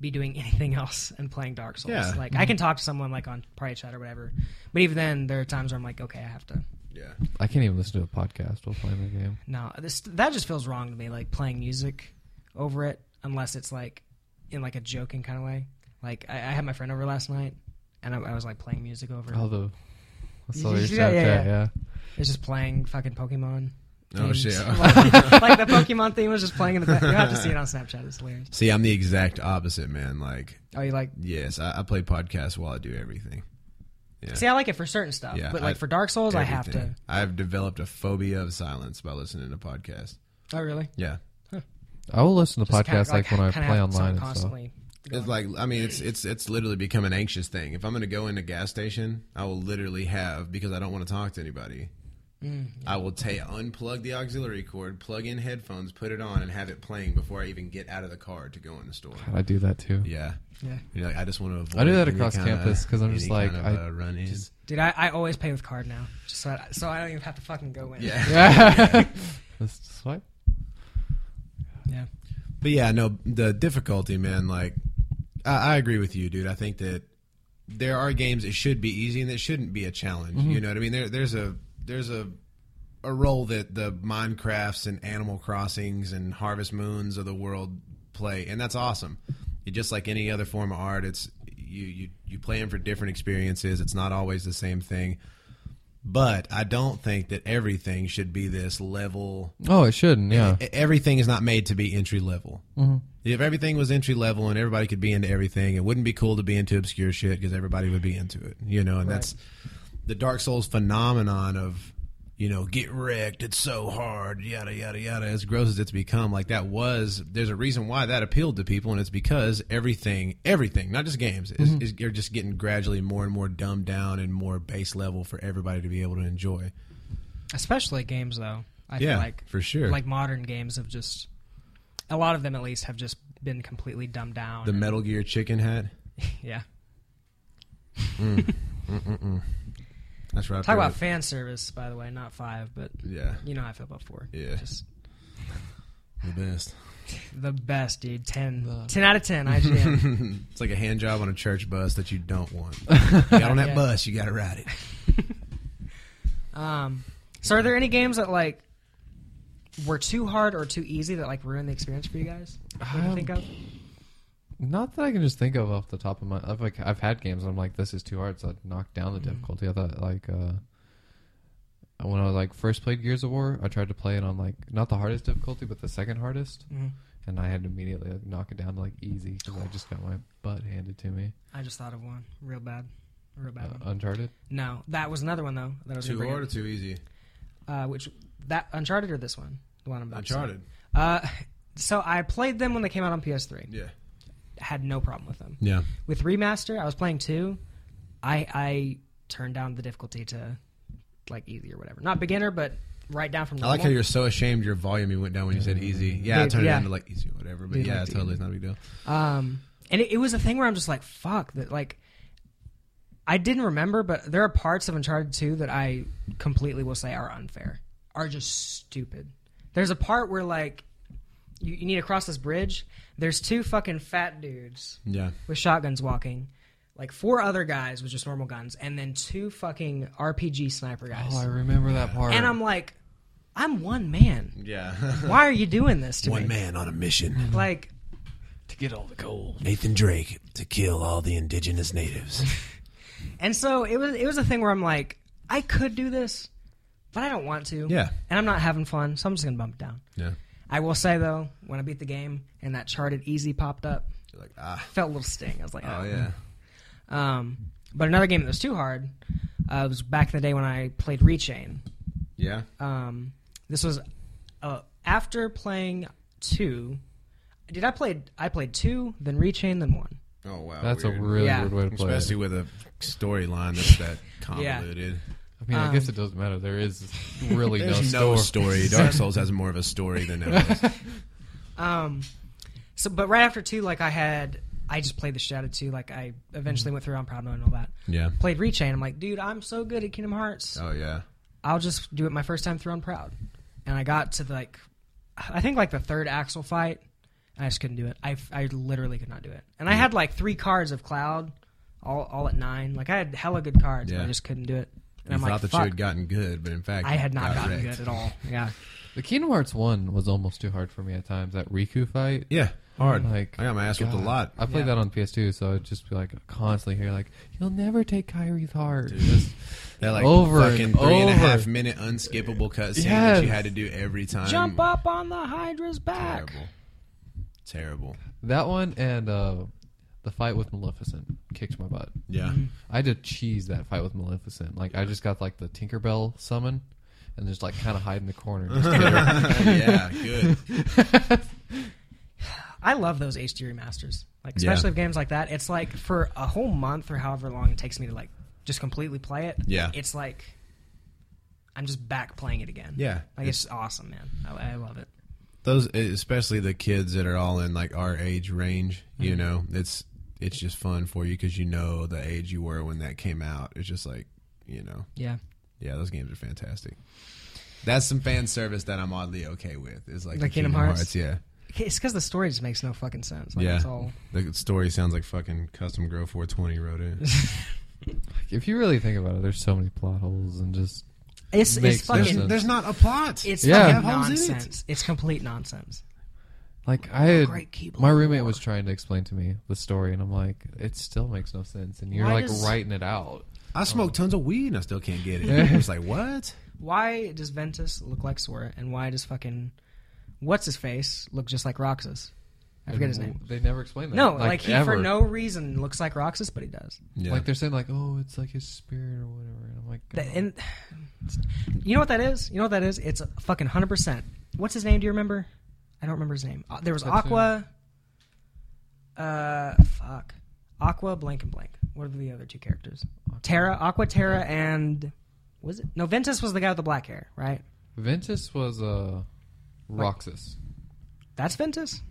Speaker 1: be doing anything else and playing Dark Souls.
Speaker 2: Yeah.
Speaker 1: Like I can talk to someone like on Private Chat or whatever, but even then there are times where I'm like okay I have to
Speaker 2: Yeah,
Speaker 3: I can't even listen to a podcast while playing the game.
Speaker 1: No, this that just feels wrong to me. Like playing music over it, unless it's like in like a joking kind of way. Like I, I had my friend over last night, and I, I was like playing music over.
Speaker 3: Oh, the I saw
Speaker 1: you
Speaker 3: your
Speaker 1: see that? Yeah, yeah.
Speaker 3: Snapchat, yeah.
Speaker 1: It's just playing fucking Pokemon.
Speaker 2: Oh,
Speaker 1: themes.
Speaker 2: shit.
Speaker 1: like, like the Pokemon theme was just playing in the back. You have to see it on Snapchat. It's hilarious.
Speaker 2: see, I'm the exact opposite, man. Like,
Speaker 1: Oh, you like?
Speaker 2: yes, I, I play podcasts while I do everything. Yeah.
Speaker 1: See, I like it for certain stuff,
Speaker 2: Yeah,
Speaker 1: but like
Speaker 2: I-
Speaker 1: for Dark Souls, I have to.
Speaker 2: Everything. I've developed a phobia of silence by listening to podcasts.
Speaker 1: Oh, really?
Speaker 2: Yeah,
Speaker 3: I will listen to
Speaker 1: Just
Speaker 3: podcasts
Speaker 1: kinda,
Speaker 3: like, when I
Speaker 1: kinda
Speaker 3: play
Speaker 1: have something
Speaker 3: online and stuff.
Speaker 1: Constantly.
Speaker 2: It's like I mean, it's it's it's literally become an anxious thing. If I'm going to go in a gas station, I will literally have because I don't want to talk to anybody. I will take unplug the auxiliary cord, plug in headphones, put it on, and have it playing before I even get out of the car to go in the store.
Speaker 3: I do that too.
Speaker 2: Yeah,
Speaker 1: Yeah.
Speaker 2: You're like, I just want to avoid.
Speaker 3: I do that
Speaker 2: any
Speaker 3: across
Speaker 2: kinda-
Speaker 3: campus 'cause I'm
Speaker 2: any
Speaker 3: just like,
Speaker 2: kind
Speaker 3: I
Speaker 2: of, uh, run in.
Speaker 3: just-
Speaker 1: Dude, I, I always pay with card now, just so I, so I don't even have to fucking go in.
Speaker 2: yeah.
Speaker 3: Yeah. Let's swipe.
Speaker 1: Yeah.
Speaker 2: But yeah, no, the difficulty, man. Like, I, I agree with you, dude. I think that there are games that should be easy and that shouldn't be a challenge. You know what I mean? There, there's a there's a a role that the Minecrafts and Animal Crossings and Harvest Moons of the world play, and that's awesome. You just like any other form of art, it's you you you play them for different experiences. It's not always the same thing. But I don't think that everything should be this level
Speaker 3: Oh, it shouldn't. Yeah.
Speaker 2: e- everything is not made to be entry level.
Speaker 1: Mm-hmm.
Speaker 2: If everything was entry level and everybody could be into everything, it wouldn't be cool to be into obscure shit because everybody would be into it, you know. And that's the Dark Souls phenomenon of you know get wrecked, it's so hard, yada yada yada. As gross as it's become, like that was there's a reason why that appealed to people, and it's because everything, everything, not just games, is,
Speaker 1: Mm-hmm.
Speaker 2: is you're just getting gradually more and more dumbed down and more base level for everybody to be able to enjoy.
Speaker 1: especially games though. I
Speaker 2: Yeah,
Speaker 1: feel like
Speaker 2: for sure.
Speaker 1: Like modern games have just a lot of them at least have just been completely dumbed down.
Speaker 2: The Metal Gear Chicken Hat.
Speaker 1: yeah.
Speaker 2: That's right.
Speaker 1: Talk about fan service, by the way, not five, but
Speaker 2: Yeah.
Speaker 1: you know how I feel about four.
Speaker 2: Yeah.
Speaker 1: Just
Speaker 2: The best.
Speaker 1: the best, dude. 10,
Speaker 3: The-
Speaker 1: 10 out of ten. IGN.
Speaker 2: it's like a hand job on a church bus that you don't want. You got on that
Speaker 1: Yeah.
Speaker 2: bus, you got to ride it.
Speaker 1: um, so are there any games that like were too hard or too easy that like ruined the experience for you guys? What do you
Speaker 3: Um,
Speaker 1: think of?
Speaker 3: Not that I can just think of off the top of my. I've like I've had games. I'm like, this is too hard, so I knocked down
Speaker 1: Mm-hmm.
Speaker 3: the difficulty. I thought like uh, when I was like first played Gears of War, I tried to play it on like not the hardest difficulty, but the second hardest,
Speaker 1: Mhm.
Speaker 3: and I had to immediately like, knock it down to like easy because I just got my butt handed to me.
Speaker 1: I just thought of one real bad, real bad
Speaker 3: Uh,
Speaker 1: one.
Speaker 3: Uncharted.
Speaker 1: No, that was another one though. That I was gonna
Speaker 2: Uh-huh. Too
Speaker 1: bring
Speaker 2: hard or
Speaker 1: up.
Speaker 2: too easy?
Speaker 1: Uh, which that Uncharted or this one? The one I'm about to say.
Speaker 2: Uncharted.
Speaker 1: Uh, so I played them when they came out on PS3.
Speaker 2: Yeah.
Speaker 1: Had no problem with them.
Speaker 2: Yeah.
Speaker 1: With remaster, I was playing two. I I turned down the difficulty to like easy or whatever. Not beginner, but right down from
Speaker 2: I
Speaker 1: normal.
Speaker 2: like how you're so ashamed your volume you went down when you said easy. Yeah, I
Speaker 1: Dude,
Speaker 2: turned it
Speaker 1: yeah.
Speaker 2: down to like easy or whatever, but
Speaker 1: Dude,
Speaker 2: yeah,
Speaker 1: like, dude.
Speaker 2: totally. It's not a big deal.
Speaker 1: Um, and it, it was a thing where I'm just like, fuck that. Like, I didn't remember, but there are parts of Uncharted 2 that I completely will say are unfair, are just stupid. There's a part where like you, you need to cross this bridge. There's two fucking fat dudes
Speaker 2: Yeah.
Speaker 1: with shotguns walking. Like four other guys with just normal guns, and then two fucking RPG sniper guys.
Speaker 3: Oh, I remember that part.
Speaker 1: and I'm like, I'm one man.
Speaker 2: Yeah.
Speaker 1: Why are you doing this to
Speaker 2: One
Speaker 1: me?
Speaker 2: man on a mission.
Speaker 1: Like,
Speaker 3: to get all the gold.
Speaker 2: Nathan Drake to kill all the indigenous natives.
Speaker 1: And so it was it was a thing where I'm like, I could do this, but I don't want to.
Speaker 2: Yeah.
Speaker 1: And I'm not having fun, so I'm just gonna bump it down.
Speaker 2: Yeah.
Speaker 1: I will say though, when I beat the game and that charted easy popped up,
Speaker 2: You're like, ah.
Speaker 1: felt a little sting. I was like,
Speaker 2: Oh, yeah.
Speaker 1: Um, but another game that was too hard uh, was back in the day when I played Rechain.
Speaker 2: Yeah.
Speaker 1: Um, this was uh, after playing two. Did I play? I played two, then Rechain, then one.
Speaker 2: Oh, wow.
Speaker 3: That's
Speaker 2: weird.
Speaker 3: a really
Speaker 1: Yeah.
Speaker 3: weird way to play.
Speaker 2: Especially
Speaker 3: It.
Speaker 2: with a storyline that's that convoluted.
Speaker 3: I mean,
Speaker 1: Um,
Speaker 3: I guess it doesn't matter. There is really no,
Speaker 2: There's
Speaker 3: store.
Speaker 2: no story. Dark Souls has more of a story than that.
Speaker 1: Um, so, but right after two, like I had, I just played the shit out of two. Like I
Speaker 2: Mm-hmm.
Speaker 1: eventually went through on Proud Mode and all that.
Speaker 2: yeah.
Speaker 1: Played Rechain. I'm like, dude, I'm so good at Kingdom Hearts.
Speaker 2: Oh, yeah.
Speaker 1: I'll just do it my first time through on Proud. And I got to the, like, I think like the third Axel fight, and I just couldn't do it. I, I literally could not do it. And I had like three cards of Cloud, all all at nine. Like I had hella good cards, but
Speaker 2: Yeah.
Speaker 1: I just couldn't do it. And
Speaker 2: You
Speaker 1: I'm
Speaker 2: thought
Speaker 1: like,
Speaker 2: that
Speaker 1: fuck.
Speaker 2: you had gotten good, but in fact,
Speaker 1: I had
Speaker 2: you
Speaker 1: not
Speaker 2: got
Speaker 1: gotten
Speaker 2: wrecked.
Speaker 1: good at all. Yeah.
Speaker 3: The Kingdom Hearts one was almost too hard for me at times. That Riku fight.
Speaker 2: Yeah, hard.
Speaker 3: Like,
Speaker 2: I got my ass whipped a
Speaker 3: God.
Speaker 2: lot.
Speaker 3: I played
Speaker 1: Yeah.
Speaker 3: that on PS2, so I'd just be like constantly hear like, "You'll never take Kyrie's heart." Just-
Speaker 2: That like
Speaker 3: Over
Speaker 2: fucking
Speaker 3: and
Speaker 2: three and a half
Speaker 3: over.
Speaker 2: minute unskippable cutscene that
Speaker 3: Yes.
Speaker 2: you had to do every time.
Speaker 1: Jump up on the Hydra's back.
Speaker 2: Terrible. Terrible.
Speaker 3: that one and uh, the fight with Maleficent kicked my butt.
Speaker 2: Yeah.
Speaker 3: I had to cheese that fight with Maleficent. Like I just got like the Tinkerbell summon, and just like kind of hide in the corner. and Just
Speaker 2: yeah. Good.
Speaker 1: I love those HD remasters, like
Speaker 2: Yeah.
Speaker 1: especially with games like that. It's like for a whole month or however long it takes me to like just completely play it.
Speaker 2: Yeah.
Speaker 1: it's like I'm just back playing it again.
Speaker 2: Yeah.
Speaker 1: like it's, awesome, man. I, I love it.
Speaker 2: Those, especially the kids that are all in like our age range. You
Speaker 1: Mm-hmm.
Speaker 2: know, it's it's just fun for you because you know the age you were when that came out. It's just like you know,
Speaker 1: Yeah,
Speaker 2: yeah, those games are fantastic. That's some fan service that I'm oddly okay with. Is like
Speaker 1: Like
Speaker 2: the
Speaker 1: Kingdom Hearts?
Speaker 2: Yeah.
Speaker 1: it's because the story just makes no fucking sense. Like,
Speaker 2: Yeah.
Speaker 1: it's all
Speaker 2: The story sounds like fucking Custom Grow 420 wrote it.
Speaker 3: if you really think about it, there's so many plot holes and just
Speaker 1: it's it's
Speaker 3: Makes no
Speaker 1: fucking
Speaker 3: sense.
Speaker 2: There's not a plot.
Speaker 1: it's
Speaker 3: Yeah.
Speaker 1: fucking
Speaker 2: How is it?
Speaker 1: nonsense. It's complete nonsense.
Speaker 3: like I had.
Speaker 1: Great keyboard.
Speaker 3: My roommate was trying to explain to me the story, and I'm like, it still makes no sense. And you're
Speaker 1: Why
Speaker 3: like
Speaker 1: does-
Speaker 3: writing it out.
Speaker 2: I smoke tons of weed and I still can't get it. It's like what?
Speaker 1: Why does Ventus look like Sora, and why does fucking what's his face look just like Roxas? I forget his
Speaker 3: And
Speaker 1: name.
Speaker 3: They never explain that.
Speaker 1: No, like, he
Speaker 3: ever.
Speaker 1: for no reason looks like Roxas, but he does.
Speaker 2: Yeah.
Speaker 3: Like they're saying, like, oh, it's like his spirit or whatever. And I'm like,
Speaker 1: That,
Speaker 3: "Oh."
Speaker 1: and you know what that is? You know what that is? It's a fucking hundred percent. What's his name? Do you remember? I don't remember his name. Uh, There was
Speaker 3: That's who-
Speaker 1: Aqua. Uh, fuck. Aqua, blank and blank. What are the other two characters? Terra, Aqua, Terra, and was it? No, Ventus was the guy with the black hair, right?
Speaker 3: Ventus was uh, Roxas,
Speaker 1: That's Ventus.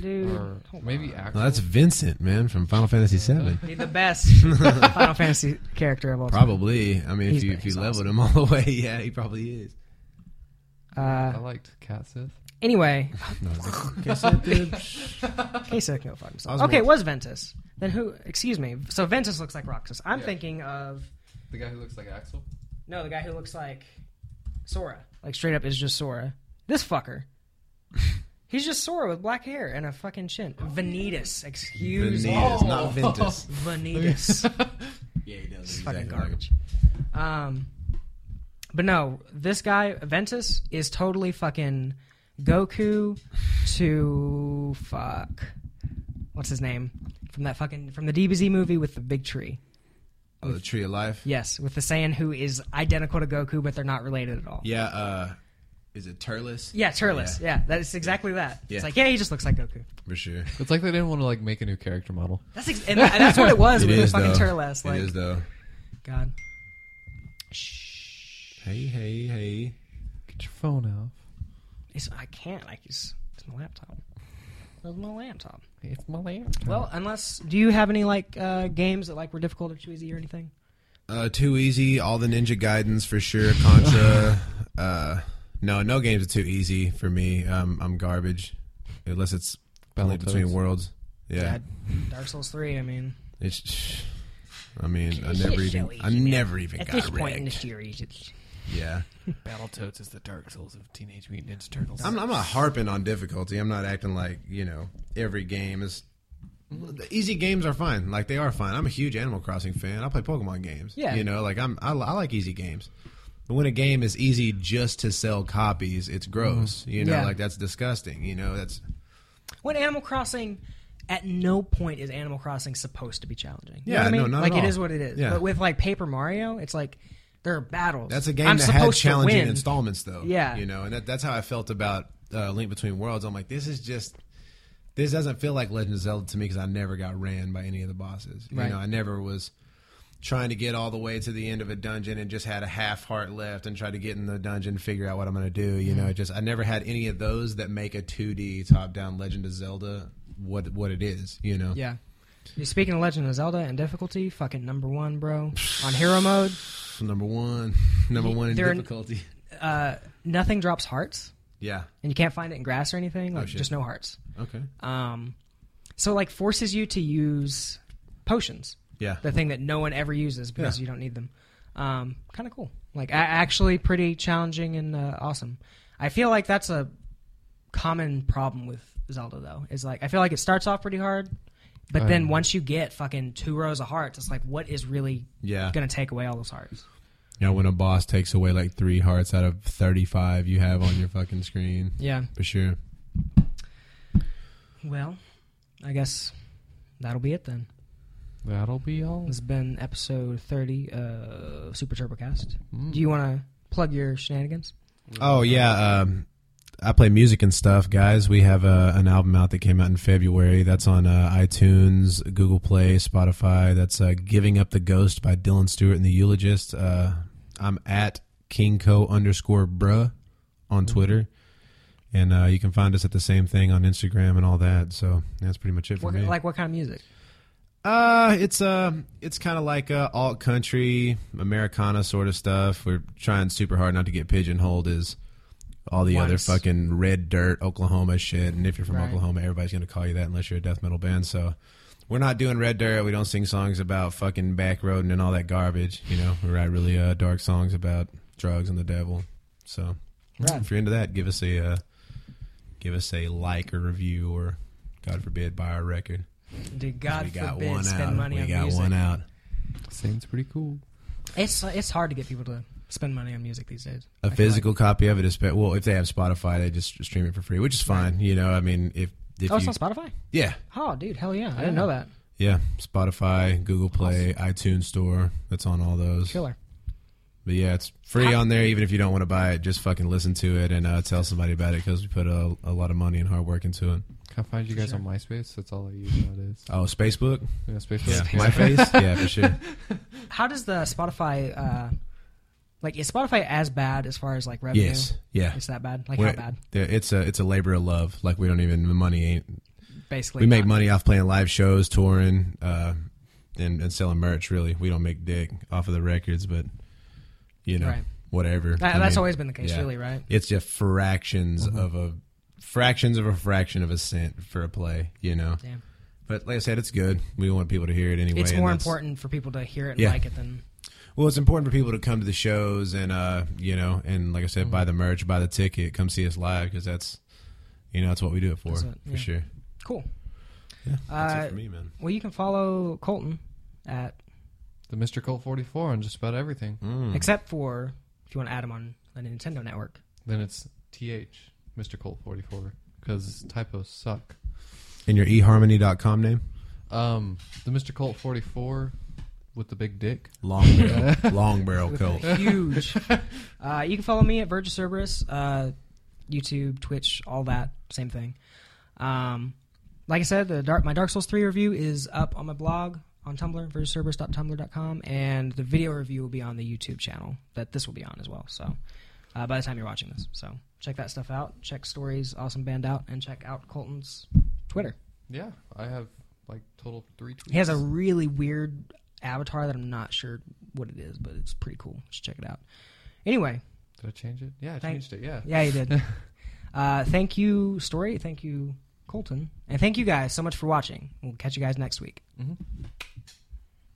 Speaker 1: Dude,
Speaker 3: or
Speaker 1: hold
Speaker 3: maybe
Speaker 1: on.
Speaker 3: Axel.
Speaker 2: No, that's Vincent, man, from Final Fantasy VII.
Speaker 1: He's the best Final Fantasy character of all time.
Speaker 2: Probably. I mean, if
Speaker 1: He's-
Speaker 2: you if you
Speaker 1: he's
Speaker 2: leveled him all the way, yeah, he probably is.
Speaker 1: Uh,
Speaker 3: I liked Cat Sith.
Speaker 1: anyway,
Speaker 2: No, it's like, okay, so dude,
Speaker 1: Kasich, no fucking
Speaker 2: I was
Speaker 1: self. Okay,
Speaker 2: more-
Speaker 1: it was Ventus. Then who? Excuse me. So Ventus looks like Roxas. I'm
Speaker 3: Yeah.
Speaker 1: thinking of
Speaker 3: The guy who looks like Axel.
Speaker 1: no, the guy who looks like Sora. Like straight up is just Sora. This fucker. He's just Sora with black hair and a fucking chin.
Speaker 2: Oh,
Speaker 1: Vanitas, excuse me.
Speaker 2: Vanitas, not Ventus.
Speaker 1: Vanitas.
Speaker 2: Yeah, he does.
Speaker 1: fucking garbage. Um, but no, this guy Ventus is totally fucking Goku to fuck. What's his name from that fucking from the DBZ movie with the big tree?
Speaker 2: Oh, the Tree of Life.
Speaker 1: Yes, with the Saiyan who is identical to Goku, but they're not related at all.
Speaker 2: Yeah. Uh, is it Turles?
Speaker 1: Yeah, Turles. Yeah, that is exactly that.
Speaker 2: Yeah.
Speaker 1: It's like yeah, he just looks like Goku.
Speaker 2: for sure.
Speaker 3: It's like they didn't want to like make a new character model.
Speaker 1: That's ex- and, that- and that's what it was
Speaker 2: It
Speaker 1: with the
Speaker 2: is
Speaker 1: fucking
Speaker 2: though.
Speaker 1: Turles. Like
Speaker 2: it is though.
Speaker 1: God.
Speaker 2: Hey, hey, hey.
Speaker 3: Get your phone out.
Speaker 1: It's, I can't. Like it's, it's my laptop. It's my laptop.
Speaker 3: It's my laptop.
Speaker 1: Well, unless do you have any like uh, games that like were difficult or too easy or anything?
Speaker 2: Uh, too easy. All the Ninja Guidance for sure. Contra. uh, no, no games are too easy for me. Um, I'm garbage, unless it's Link Between
Speaker 3: Battletoads.
Speaker 2: Worlds. Yeah.
Speaker 1: Dark Souls three. I mean,
Speaker 2: It's. I mean, I
Speaker 1: It's
Speaker 2: never
Speaker 1: just
Speaker 2: even.
Speaker 1: so easy,
Speaker 2: I
Speaker 1: man.
Speaker 2: never even
Speaker 1: at
Speaker 2: got
Speaker 1: this point in the
Speaker 2: wrecked.
Speaker 1: series, it's
Speaker 2: Yeah.
Speaker 3: Battletoads is the Dark Souls of Teenage Mutant Ninja Turtles.
Speaker 2: I'm, I'm not harping on difficulty. I'm not acting like you know every game is. The easy games are fine. Like they are fine. I'm a huge Animal Crossing fan. I play Pokemon games.
Speaker 1: Yeah.
Speaker 2: you know, like I'm. I, I like easy games. But when a game is easy just to sell copies, it's gross. You know,
Speaker 1: Mm-hmm. Yeah.
Speaker 2: like that's disgusting. You know, that's
Speaker 1: when Animal Crossing. At no point is Animal Crossing supposed to be challenging. You know
Speaker 2: Yeah,
Speaker 1: what I mean?
Speaker 2: no, not at
Speaker 1: like it
Speaker 2: all.
Speaker 1: is what it is.
Speaker 2: Yeah.
Speaker 1: But with like Paper Mario, it's like there are battles.
Speaker 2: that's a game
Speaker 1: I'm
Speaker 2: that had
Speaker 1: supposed to
Speaker 2: challenging
Speaker 1: win.
Speaker 2: installments, though.
Speaker 1: Yeah.
Speaker 2: you know, and that, that's how I felt about uh, Link Between Worlds. I'm like, this is just. This doesn't feel like Legend of Zelda to me because I never got ran by any of the bosses. You
Speaker 1: Right.
Speaker 2: know, I never was. trying to get all the way to the end of a dungeon and just had a half heart left and tried to get in the dungeon figure out what i'm going to do you
Speaker 1: Mm-hmm.
Speaker 2: know just i never had any of those that make a 2d top down legend of zelda what what it is you know
Speaker 1: Yeah. You're speaking of Legend of Zelda and difficulty, fucking number one, bro. On hero mode,
Speaker 2: number one number one in
Speaker 1: There are-
Speaker 2: difficulty
Speaker 1: uh, nothing drops hearts,
Speaker 2: yeah
Speaker 1: and you can't find it in grass or anything. Like
Speaker 2: Oh, shit.
Speaker 1: just no hearts.
Speaker 2: okay
Speaker 1: Um, so like forces you to use potions,
Speaker 2: yeah
Speaker 1: the thing that no one ever uses because you don't need them. Um, kind of cool. Like a- actually pretty challenging and uh, awesome. I feel like that's a common problem with Zelda though. Is like I feel like it starts off pretty hard,
Speaker 2: Oh,
Speaker 1: but then
Speaker 3: Um,
Speaker 1: once you get fucking two rows of hearts, it's like what is really
Speaker 2: yeah
Speaker 1: gonna take away all those hearts?
Speaker 2: you know when a boss takes away like three hearts out of 35 you have on your fucking screen
Speaker 1: Yeah.
Speaker 2: for sure
Speaker 1: Well, I guess that'll be it then.
Speaker 3: That'll be all.
Speaker 1: This has been episode 30 of Super Turbocast. Do
Speaker 3: Mm.
Speaker 2: Hmm.
Speaker 1: you want to plug your shenanigans?
Speaker 2: Oh yeah, um, I play music and stuff, guys. We have uh, an album out that came out in February. That's on uh, iTunes, Google Play, Spotify. That's uh, "Giving Up the Ghost" by Dylan Stewart and the Eulogists. Uh, I'm at Kingco underscore bruh on Twitter, and uh, you can find us at the same thing on Instagram and all that. So that's pretty much it for
Speaker 1: What,
Speaker 2: me.
Speaker 1: like what kind of music?
Speaker 2: Uh, it's uh, it's kind of like uh, alt country, Americana sort of stuff. We're trying super hard not to get pigeonholed as all the other
Speaker 1: Once.
Speaker 2: fucking red dirt Oklahoma shit. And if you're from
Speaker 1: Right.
Speaker 2: Oklahoma, everybody's gonna call you that unless you're a death metal band. So we're not doing red dirt. We don't sing songs about fucking backroading and all that garbage. You know, we write really uh, dark songs about drugs and the devil. So
Speaker 1: Rad.
Speaker 2: if you're into that, give us a uh, give us a like or review or. God forbid, buy our record.
Speaker 1: Dude, God
Speaker 2: we got
Speaker 1: forbid
Speaker 2: one
Speaker 1: spend
Speaker 2: out.
Speaker 1: money
Speaker 2: we
Speaker 1: on
Speaker 2: got
Speaker 1: music.
Speaker 2: one out.
Speaker 3: Seems pretty cool.
Speaker 1: It's it's hard to get people to spend money on music these days. I
Speaker 2: A
Speaker 1: feel
Speaker 2: physical copy of it is spe- well, if they have Spotify, they just stream it for free, which is fine. You know, I mean, if
Speaker 1: Like.
Speaker 2: if
Speaker 1: Oh,
Speaker 2: you,
Speaker 1: it's on Spotify.
Speaker 2: yeah,
Speaker 1: Oh, dude, hell yeah! I didn't know that.
Speaker 2: yeah, Spotify, Google Play, iTunes Store, that's on all those.
Speaker 1: Killer.
Speaker 2: But yeah, it's free on there. Even if you don't want to buy it, just fucking listen to it and uh, tell somebody about it because we put a, a lot of money and hard work into it.
Speaker 3: Can I find you guys on MySpace? That's all I use nowadays.
Speaker 2: Oh, Facebook,
Speaker 3: Yeah, Space
Speaker 2: yeah, my face, yeah, for sure.
Speaker 1: How does the Spotify uh, like is Spotify as bad as far as like revenue?
Speaker 2: Yes, yeah.
Speaker 1: It's that bad. Like
Speaker 2: We're-
Speaker 1: how bad?
Speaker 2: yeah, It's a it's a labor of love. Like we don't even the money ain't
Speaker 1: Basically,
Speaker 2: we make
Speaker 1: not-
Speaker 2: money off playing live shows, touring, uh, and, and selling merch. Really, we don't make dick off of the records, but you know,
Speaker 1: Right.
Speaker 2: whatever.
Speaker 1: That,
Speaker 2: I
Speaker 1: that's
Speaker 2: mean,
Speaker 1: always Mm-hmm. been the case,
Speaker 2: yeah.
Speaker 1: really, right?
Speaker 2: It's just fractions of a fractions of a fraction of a cent for a play, you know.
Speaker 1: Damn.
Speaker 2: But like I said, it's good. We want people to hear it anyway.
Speaker 1: It's
Speaker 2: and
Speaker 1: more
Speaker 2: that's-
Speaker 1: important for people to hear it and
Speaker 2: Yeah.
Speaker 1: like it than
Speaker 2: Well, it's important for people to come to the shows and uh, you know, and like I
Speaker 1: Mm-hmm.
Speaker 2: said, buy the merch, buy the ticket, come see us live because that's, you know, that's what we do it for,
Speaker 1: That's it, yeah.
Speaker 2: for sure.
Speaker 1: cool.
Speaker 2: Yeah, that's
Speaker 1: Uh,
Speaker 2: it for me, man.
Speaker 1: Well, you can follow Colton at
Speaker 3: The Mr. Colt 44 on just about everything.
Speaker 2: Mm. Mm-hmm.
Speaker 1: except for if you want to add him on the Nintendo Network.
Speaker 3: Then it's TH, Mr. Colt 44, because typos suck.
Speaker 2: And your eharmony.com name?
Speaker 3: Um, the Mr. Colt 44 with the big dick.
Speaker 2: Long barrel, long barrel
Speaker 1: With
Speaker 2: cult.
Speaker 1: a Huge. uh, you can follow me at Virgis Cerberus, uh, YouTube, Twitch, all that same thing. Um, like I said, the dark, my Dark Souls three review is up on my blog on Tumblr, virgiscerberus.tumblr.com, and the video review will be on the YouTube channel that this will be on as well. So uh, by the time you're watching this, so check that stuff out. Check stories, awesome band out, and check out Colton's Twitter.
Speaker 3: Yeah, I have like total three tweets.
Speaker 1: He has a really weird avatar that I'm not sure what it is, but it's pretty cool. Just check it out. Anyway,
Speaker 3: Did I change it? Yeah, I
Speaker 1: Thank-
Speaker 3: changed it. Yeah.
Speaker 1: yeah, you did. uh, thank you,
Speaker 3: Mm-hmm.
Speaker 1: Story. Thank you, Colton. And thank you guys so much for watching. We'll catch you guys next week.